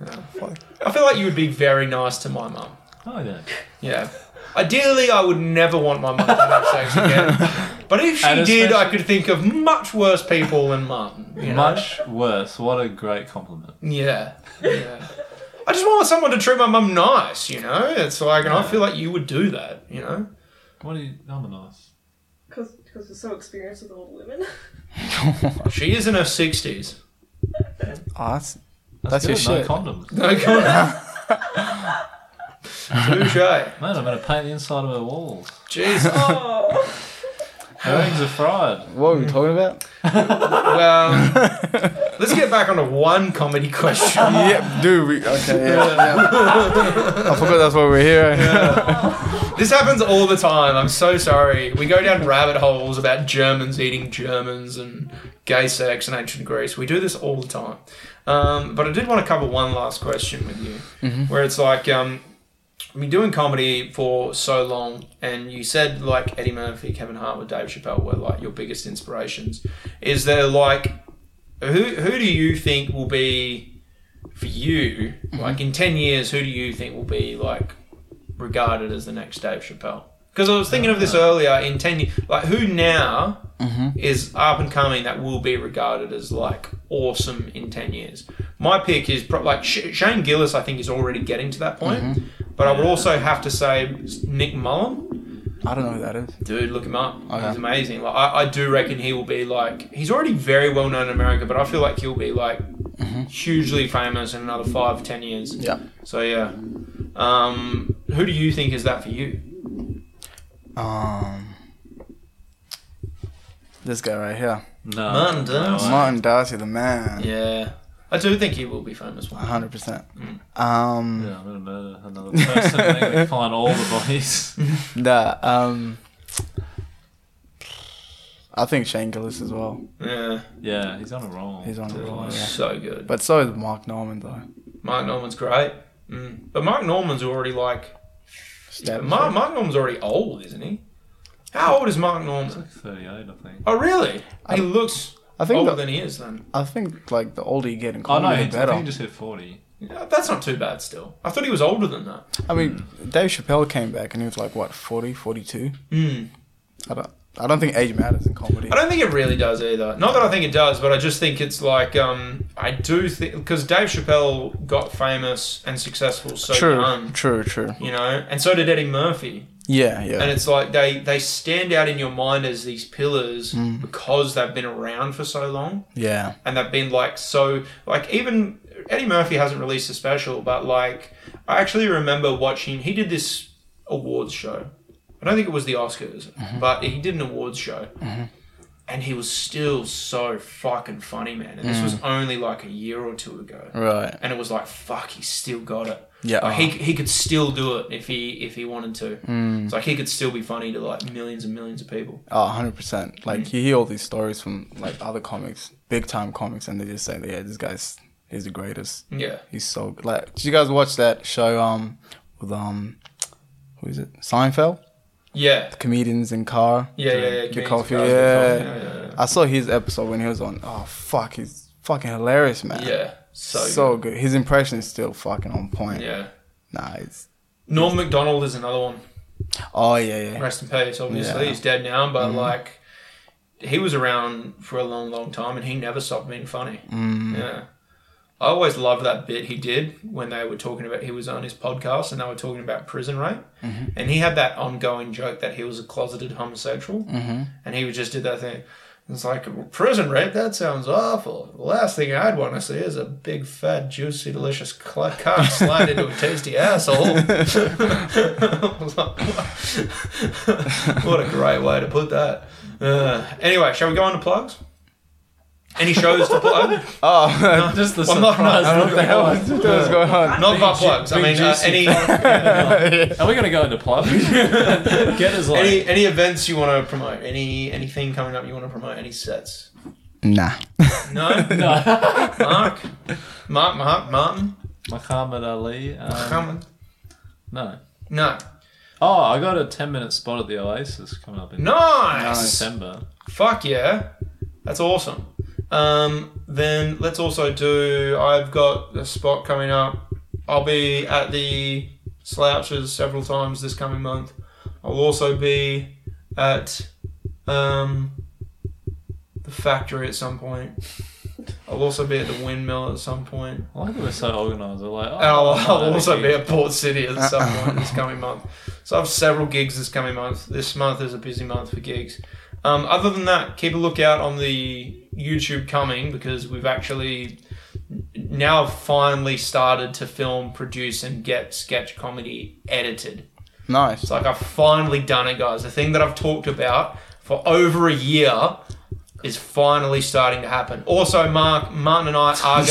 Yeah. I feel like you would be very nice to my mum. Oh yeah. Yeah. Ideally, I would never want my mum to have sex again. But if she And did, I especially- could think of much worse people than Martin. You know? Much worse. What a great compliment. Yeah. Yeah. I just want someone to treat my mum nice, you know? It's like, and I feel like you would do that, you know? What are you? I'm nice. Because we're so experienced with old women. She is in her 60s. Oh, that's, That's, That's your good, shit. No condoms. Man, No comment. Touche. I'm gonna paint the inside of her walls. Jeez. Oh, Her eggs are fried. what were we talking about? Well, let's get back onto one comedy question. yeah, dude. We, okay, yeah, yeah. I forgot that's why we're here. This happens all the time. I'm so sorry. We go down rabbit holes about Germans eating Germans and gay sex in ancient Greece. We do this all the time. Um, but I did want to cover one last question with you, where it's like, um, I've been doing comedy for so long, and you said like Eddie Murphy, Kevin Hart, with Dave Chappelle were like your biggest inspirations. Is there like who who do you think will be for you like in ten years? Who do you think will be like regarded as the next Dave Chappelle? Because I was thinking of this earlier. In ten years, like who now is up and coming that will be regarded as like awesome in ten years? My pick is pro- like Sh- Shane Gillis. I think is already getting to that point. But I would also have to say Nick Mullen. I don't know who that is. Dude, look him up. Okay. He's amazing. Like I, I do reckon he will be like he's already very well known in America, but I feel like he'll be like hugely famous in another five, ten years. Yeah. So yeah. Um, who do you think is that for you? Um, this guy right here, No. Mutton does. no, Martin Darcy, the man. Yeah. I do think he will be famous one. hundred percent. Um, Yeah, I'm gonna murder another person and then we find all the bodies. nah, um, I think Shane Gillis as well. Yeah. Yeah, he's on a roll. He's on a roll, Oh, yeah. So good. But so is Mark Norman though. Mark Norman's great. Mm. But Mark Norman's already like Stab- Mark, Mark Norman's already old, isn't he? How old is Mark Norman? Like 38, I think. Oh, really? He looks I think older the- than he is then. I think like the older you get in Oh no, comedy, he, I the think he better. just hit 40. Yeah, That's not too bad still. I thought he was older than that. I mean, Dave Chappelle came back and he was like what 40, 42? Mm. I don't. I don't think age matters in comedy. I don't think it really does either. Not that I think it does, but I just think it's like um, I do think because Dave Chappelle got famous and successful so True, young, true, true. you know, and so did Eddie Murphy. Yeah, yeah. And it's like they they stand out in your mind as these pillars because they've been around for so long. Yeah. and they've been like so like even Eddie Murphy hasn't released a special, but like I actually remember watching he did this awards show. I don't think it was the Oscars, but he did an awards show. And he was still so fucking funny, man. And this was only like a year or two ago. Right. And it was like, fuck, he still got it. Yeah. uh, Like, he, he could still do it if he if he wanted to. Hmm. It's like he could still be funny to like millions and millions of people. Oh, 100%. Mm. Like, you hear all these stories from, like, other comics, big time comics, and they just say, yeah, this guy's, he's the greatest. Yeah. He's so good. Like, did you guys watch that show, um, with, um, who is it? Seinfeld? Yeah. Comedians in Car. Yeah, yeah, yeah. The Comedians coffee. Guys, Yeah. the coffee. Yeah, yeah, yeah. I saw his episode when he was on. Oh, fuck. He's fucking hilarious, man. Yeah. So, So, good. His impression is still fucking on point. good. yeah. Nah, it's. Norm Macdonald is another one. Oh, yeah, yeah. Rest in peace. Obviously, Yeah. Mm-hmm. he's dead now, but like he was around for a long, long time, and he never stopped being funny. Mm-hmm. Yeah. I always loved that bit he did when they were talking about he was on his podcast and they were talking about prison rape, Mm-hmm. and he had that ongoing joke that he was a closeted homosexual, Mm-hmm. and he would just did that thing. It's like prison rape. That sounds awful. The last thing I'd want to see is a big, fat, juicy, delicious cl- cock slide into a tasty asshole. I was like, what? what a great way to put that. Uh, anyway, shall we go on to plugs? Any shows to plug? Oh, Just the Well, not- no, surprise. I don't what the know. hell? what the hell's going on? Not butt plugs. I big mean, uh, juicy. any Are we gonna go into plugs? Get us like any any events you want to promote? Any anything coming up you want to promote? Any sets? Nah. No, no. Mark, Mark, Mark, Martin, Muhammad Ali. Um, Carmen. no. No. Oh, I got a 10 minute spot at the Oasis coming up in Nice. December. Fuck yeah. That's awesome. Um, then let's also do. I've got a spot coming up. I'll be at the Slouches several times this coming month. I'll also be at um, the factory at some point. I'll also be at the windmill at some point. I like that we're so organised. We're like, oh, And I'll, I'm I'll at a also be gig. at Port City at some point this coming month. So I have several gigs this coming month. This month is a busy month for gigs. Um, other than that, keep a lookout on the YouTube coming because we've actually now finally started to film, produce, and get sketch comedy edited. Nice. It's like I've finally done it, guys. The thing that I've talked about for over a year is finally starting to happen. Also, Mark, Martin, and I are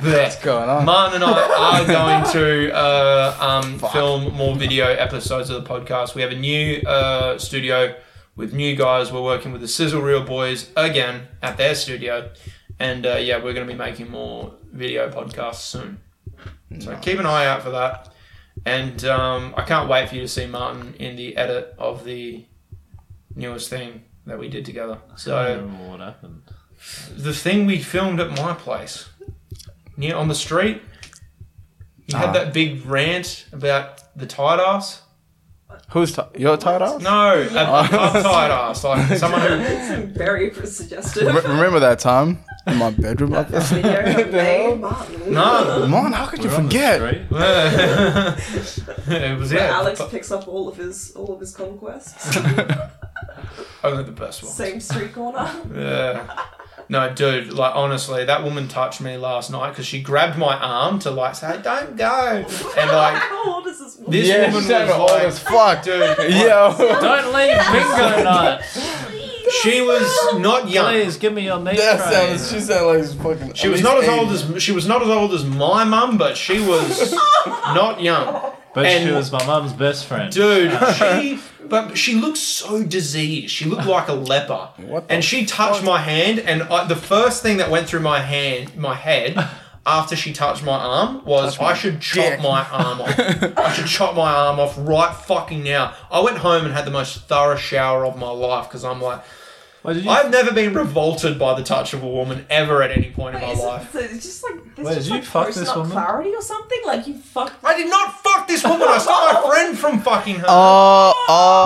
going. going on? Martin and I are going to uh, um, film more video episodes of the podcast. We have a new uh, studio with new guys. We're working with the Sizzle Reel Boys again at their studio, and uh, yeah, we're going to be making more video podcasts soon. So keep an eye out for that. And um, I can't wait for you to see Martin in the edit of the newest thing that we did together. I So Hmm. don't remember what happened. the thing we filmed at my place, near on the street. You Ah. had that big rant about the tight ass. Who's t- your tight ass? No, a, a tight ass, like someone who. It's very suggestive. Re- remember that time in my bedroom? Like This this? video of me, Martin. No, Mon, how could you We're on the forget? street. it was Where yeah. Alex but picks up all of his all of his conquests. only the best one. Same street corner. Yeah. No, dude, like honestly, that woman touched me last night because she grabbed my arm to like say, "Don't go," and like How old is this woman? this Yeah, woman she's having all this was like, fuck, dude. "Dude, Yo. Don't leave bingo night. she was not young." Please give me your meat That tray. sounds, she sounded like she's fucking. She was not as old as she was not as old as my mum, but she was not young, but she and- was my mum's best friend. dude. She but she looked so diseased. She looked like a leper. What the and she touched my hand, and I, the first thing that went through my hand, my head. After she touched my arm, was I should chop dick. my arm off. I should chop my arm off right fucking now. I went home and had the most thorough shower of my life because I'm like, Wait, did you, I've never been revolted by the touch of a woman ever at any point in my Is life. it- so it's just like there's Wait, just did like you fuck gross this nut woman? clarity or something. Like you fucked. I did not fuck this woman. I stole my friend from fucking her. Oh,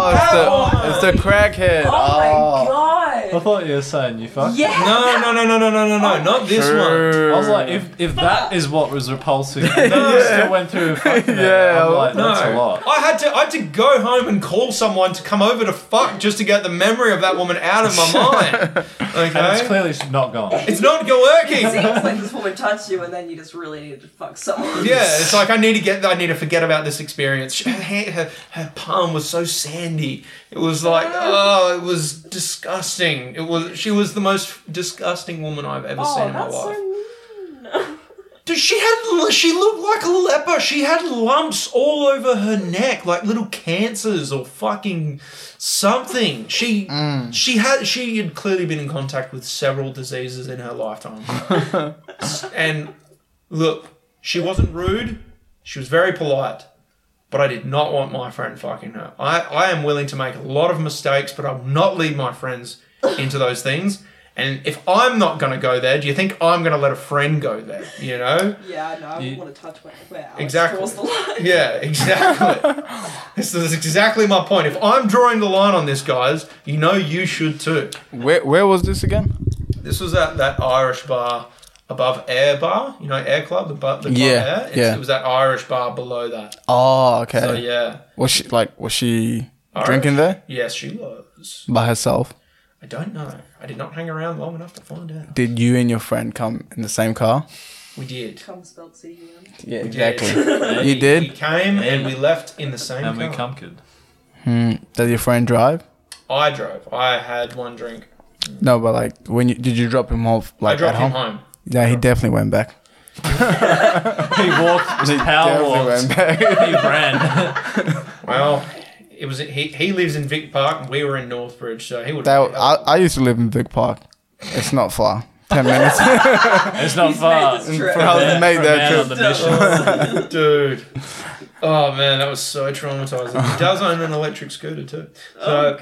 oh, it's the, it's the crackhead. Oh, Oh, my I god. thought you were saying you fucked. Yeah. No, no, no, no, no, no, no, no. Not this one. I was like, if, if that is what was repulsive, and then you still went through and fucked with her, Yeah, I'm like, No. that's a lot. I had to. I had to go home and call someone to come over to fuck just to get the memory of that woman out of my mind. And it's Okay. clearly not gone. It's not working. It seems like this woman touched you and then you just really needed to fuck someone. Yeah, it's like I need to get. I need to forget about this experience. Her, hand, her, her palm was so sandy. It was like, oh, it was disgusting. It was. She was the most disgusting woman I've ever seen Oh, in my life. that's so mean. Dude, she had she looked like a leper. She had lumps all over her neck, like little cancers or fucking something. She she had she had clearly been in contact with several diseases in her lifetime. S- and look, she wasn't rude. She was very polite. But I did not want my friend fucking her. I, I am willing to make a lot of mistakes, but I will not lead my friends into those things. And if I'm not going to go there, do you think I'm going to let a friend go there? You know? Yeah, no, I wouldn't You- want to touch where, where Alex Exactly. draws the line. Yeah, exactly. this is exactly my point. If I'm drawing the line on this, guys, you know you should too. where, where was this again? This was at that Irish bar above Air Bar, you know, Air Club, the, bar, the club Yeah, Air. It's- yeah. It was that Irish bar below that. Oh, okay. So, yeah. Was she like, was she Irish. drinking there Yes, she was. by herself? I don't know. I did not hang around long enough to find out. Did you and your friend come in the same car? We did. Come spelled C-U-M. Yeah, We- You did? We came and we left in the same And we car. cumked. Did your friend drive? I drove. I had one drink. No, but like, when you did you drop him off? Like I dropped at him home? home. Yeah, he definitely went back. He walked, he power Definitely walked, went back. he ran. Well, it was he. He lives in Vic Park, and we were in Northbridge, so he would. That, I, I used to live in Vic Park. It's not far. ten minutes. It's not far. Made this trip. How they made From that man on trip. the mission. Dude. Oh man, that was so traumatizing. He does own an electric scooter too. So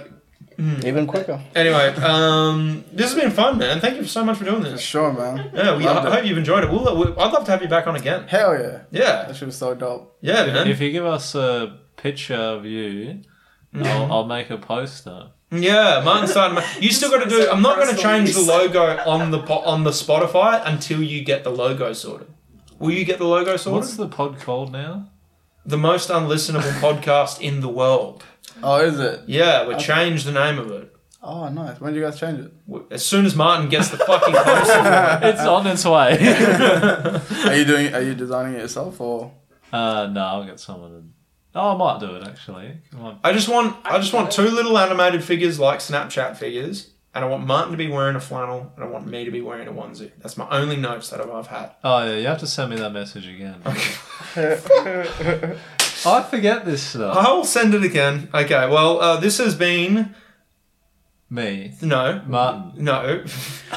Even quicker. anyway, um, this has been fun, man. Thank you so much for doing this. Sure, man. Yeah, we, Loved I it. hope you've enjoyed it. We'll, we, I'd love to have you back on again. Hell yeah. Yeah, That shit was so dope. yeah, man. If you give us a picture of you, I'll, I'll make a poster. Yeah, Martin Steinman. You still got to do. I'm not going to change the logo on the po- on the Spotify until you get the logo sorted. Will you get the logo sorted? What's the pod called now? the most unlistenable podcast in the world. Oh, is it? Yeah, we change the name of it Oh, nice. When did you guys change it? W- as soon as Martin gets the fucking poster. It's on its way. Are you doing? Are you designing it yourself or? uh, no, I'll get someone. To... Oh, I might do it actually. I might I just want I just want two little animated figures like Snapchat figures, and I want Martin to be wearing a flannel, and I want me to be wearing a onesie. That's my only notes that I've- I've had. Oh yeah, you have to send me that message again. I forget this stuff. I'll send it again. Okay. Well, uh, this has been Me, no. Martin. No.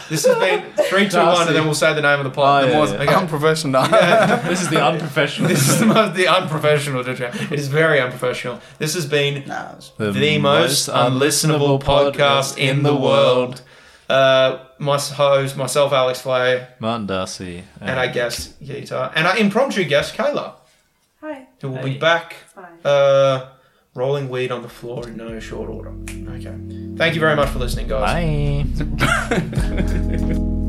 This has been three, two, one, and then we'll say the name of the pod. Oh, The yeah, most- yeah. okay. Unprofessional. This is the unprofessional. This is the most the unprofessional. It is very unprofessional. This has been nah, it's- the, the most unlistenable podcast in the world. Uh, my s- host, myself, Alex Flay, Martin Darcy. and our guest Geeta, and our impromptu guest Kayla, Hi. who will be Hey. back Hi. uh, rolling weed on the floor in no short order. Okay. Thank you very much for listening, guys. Bye.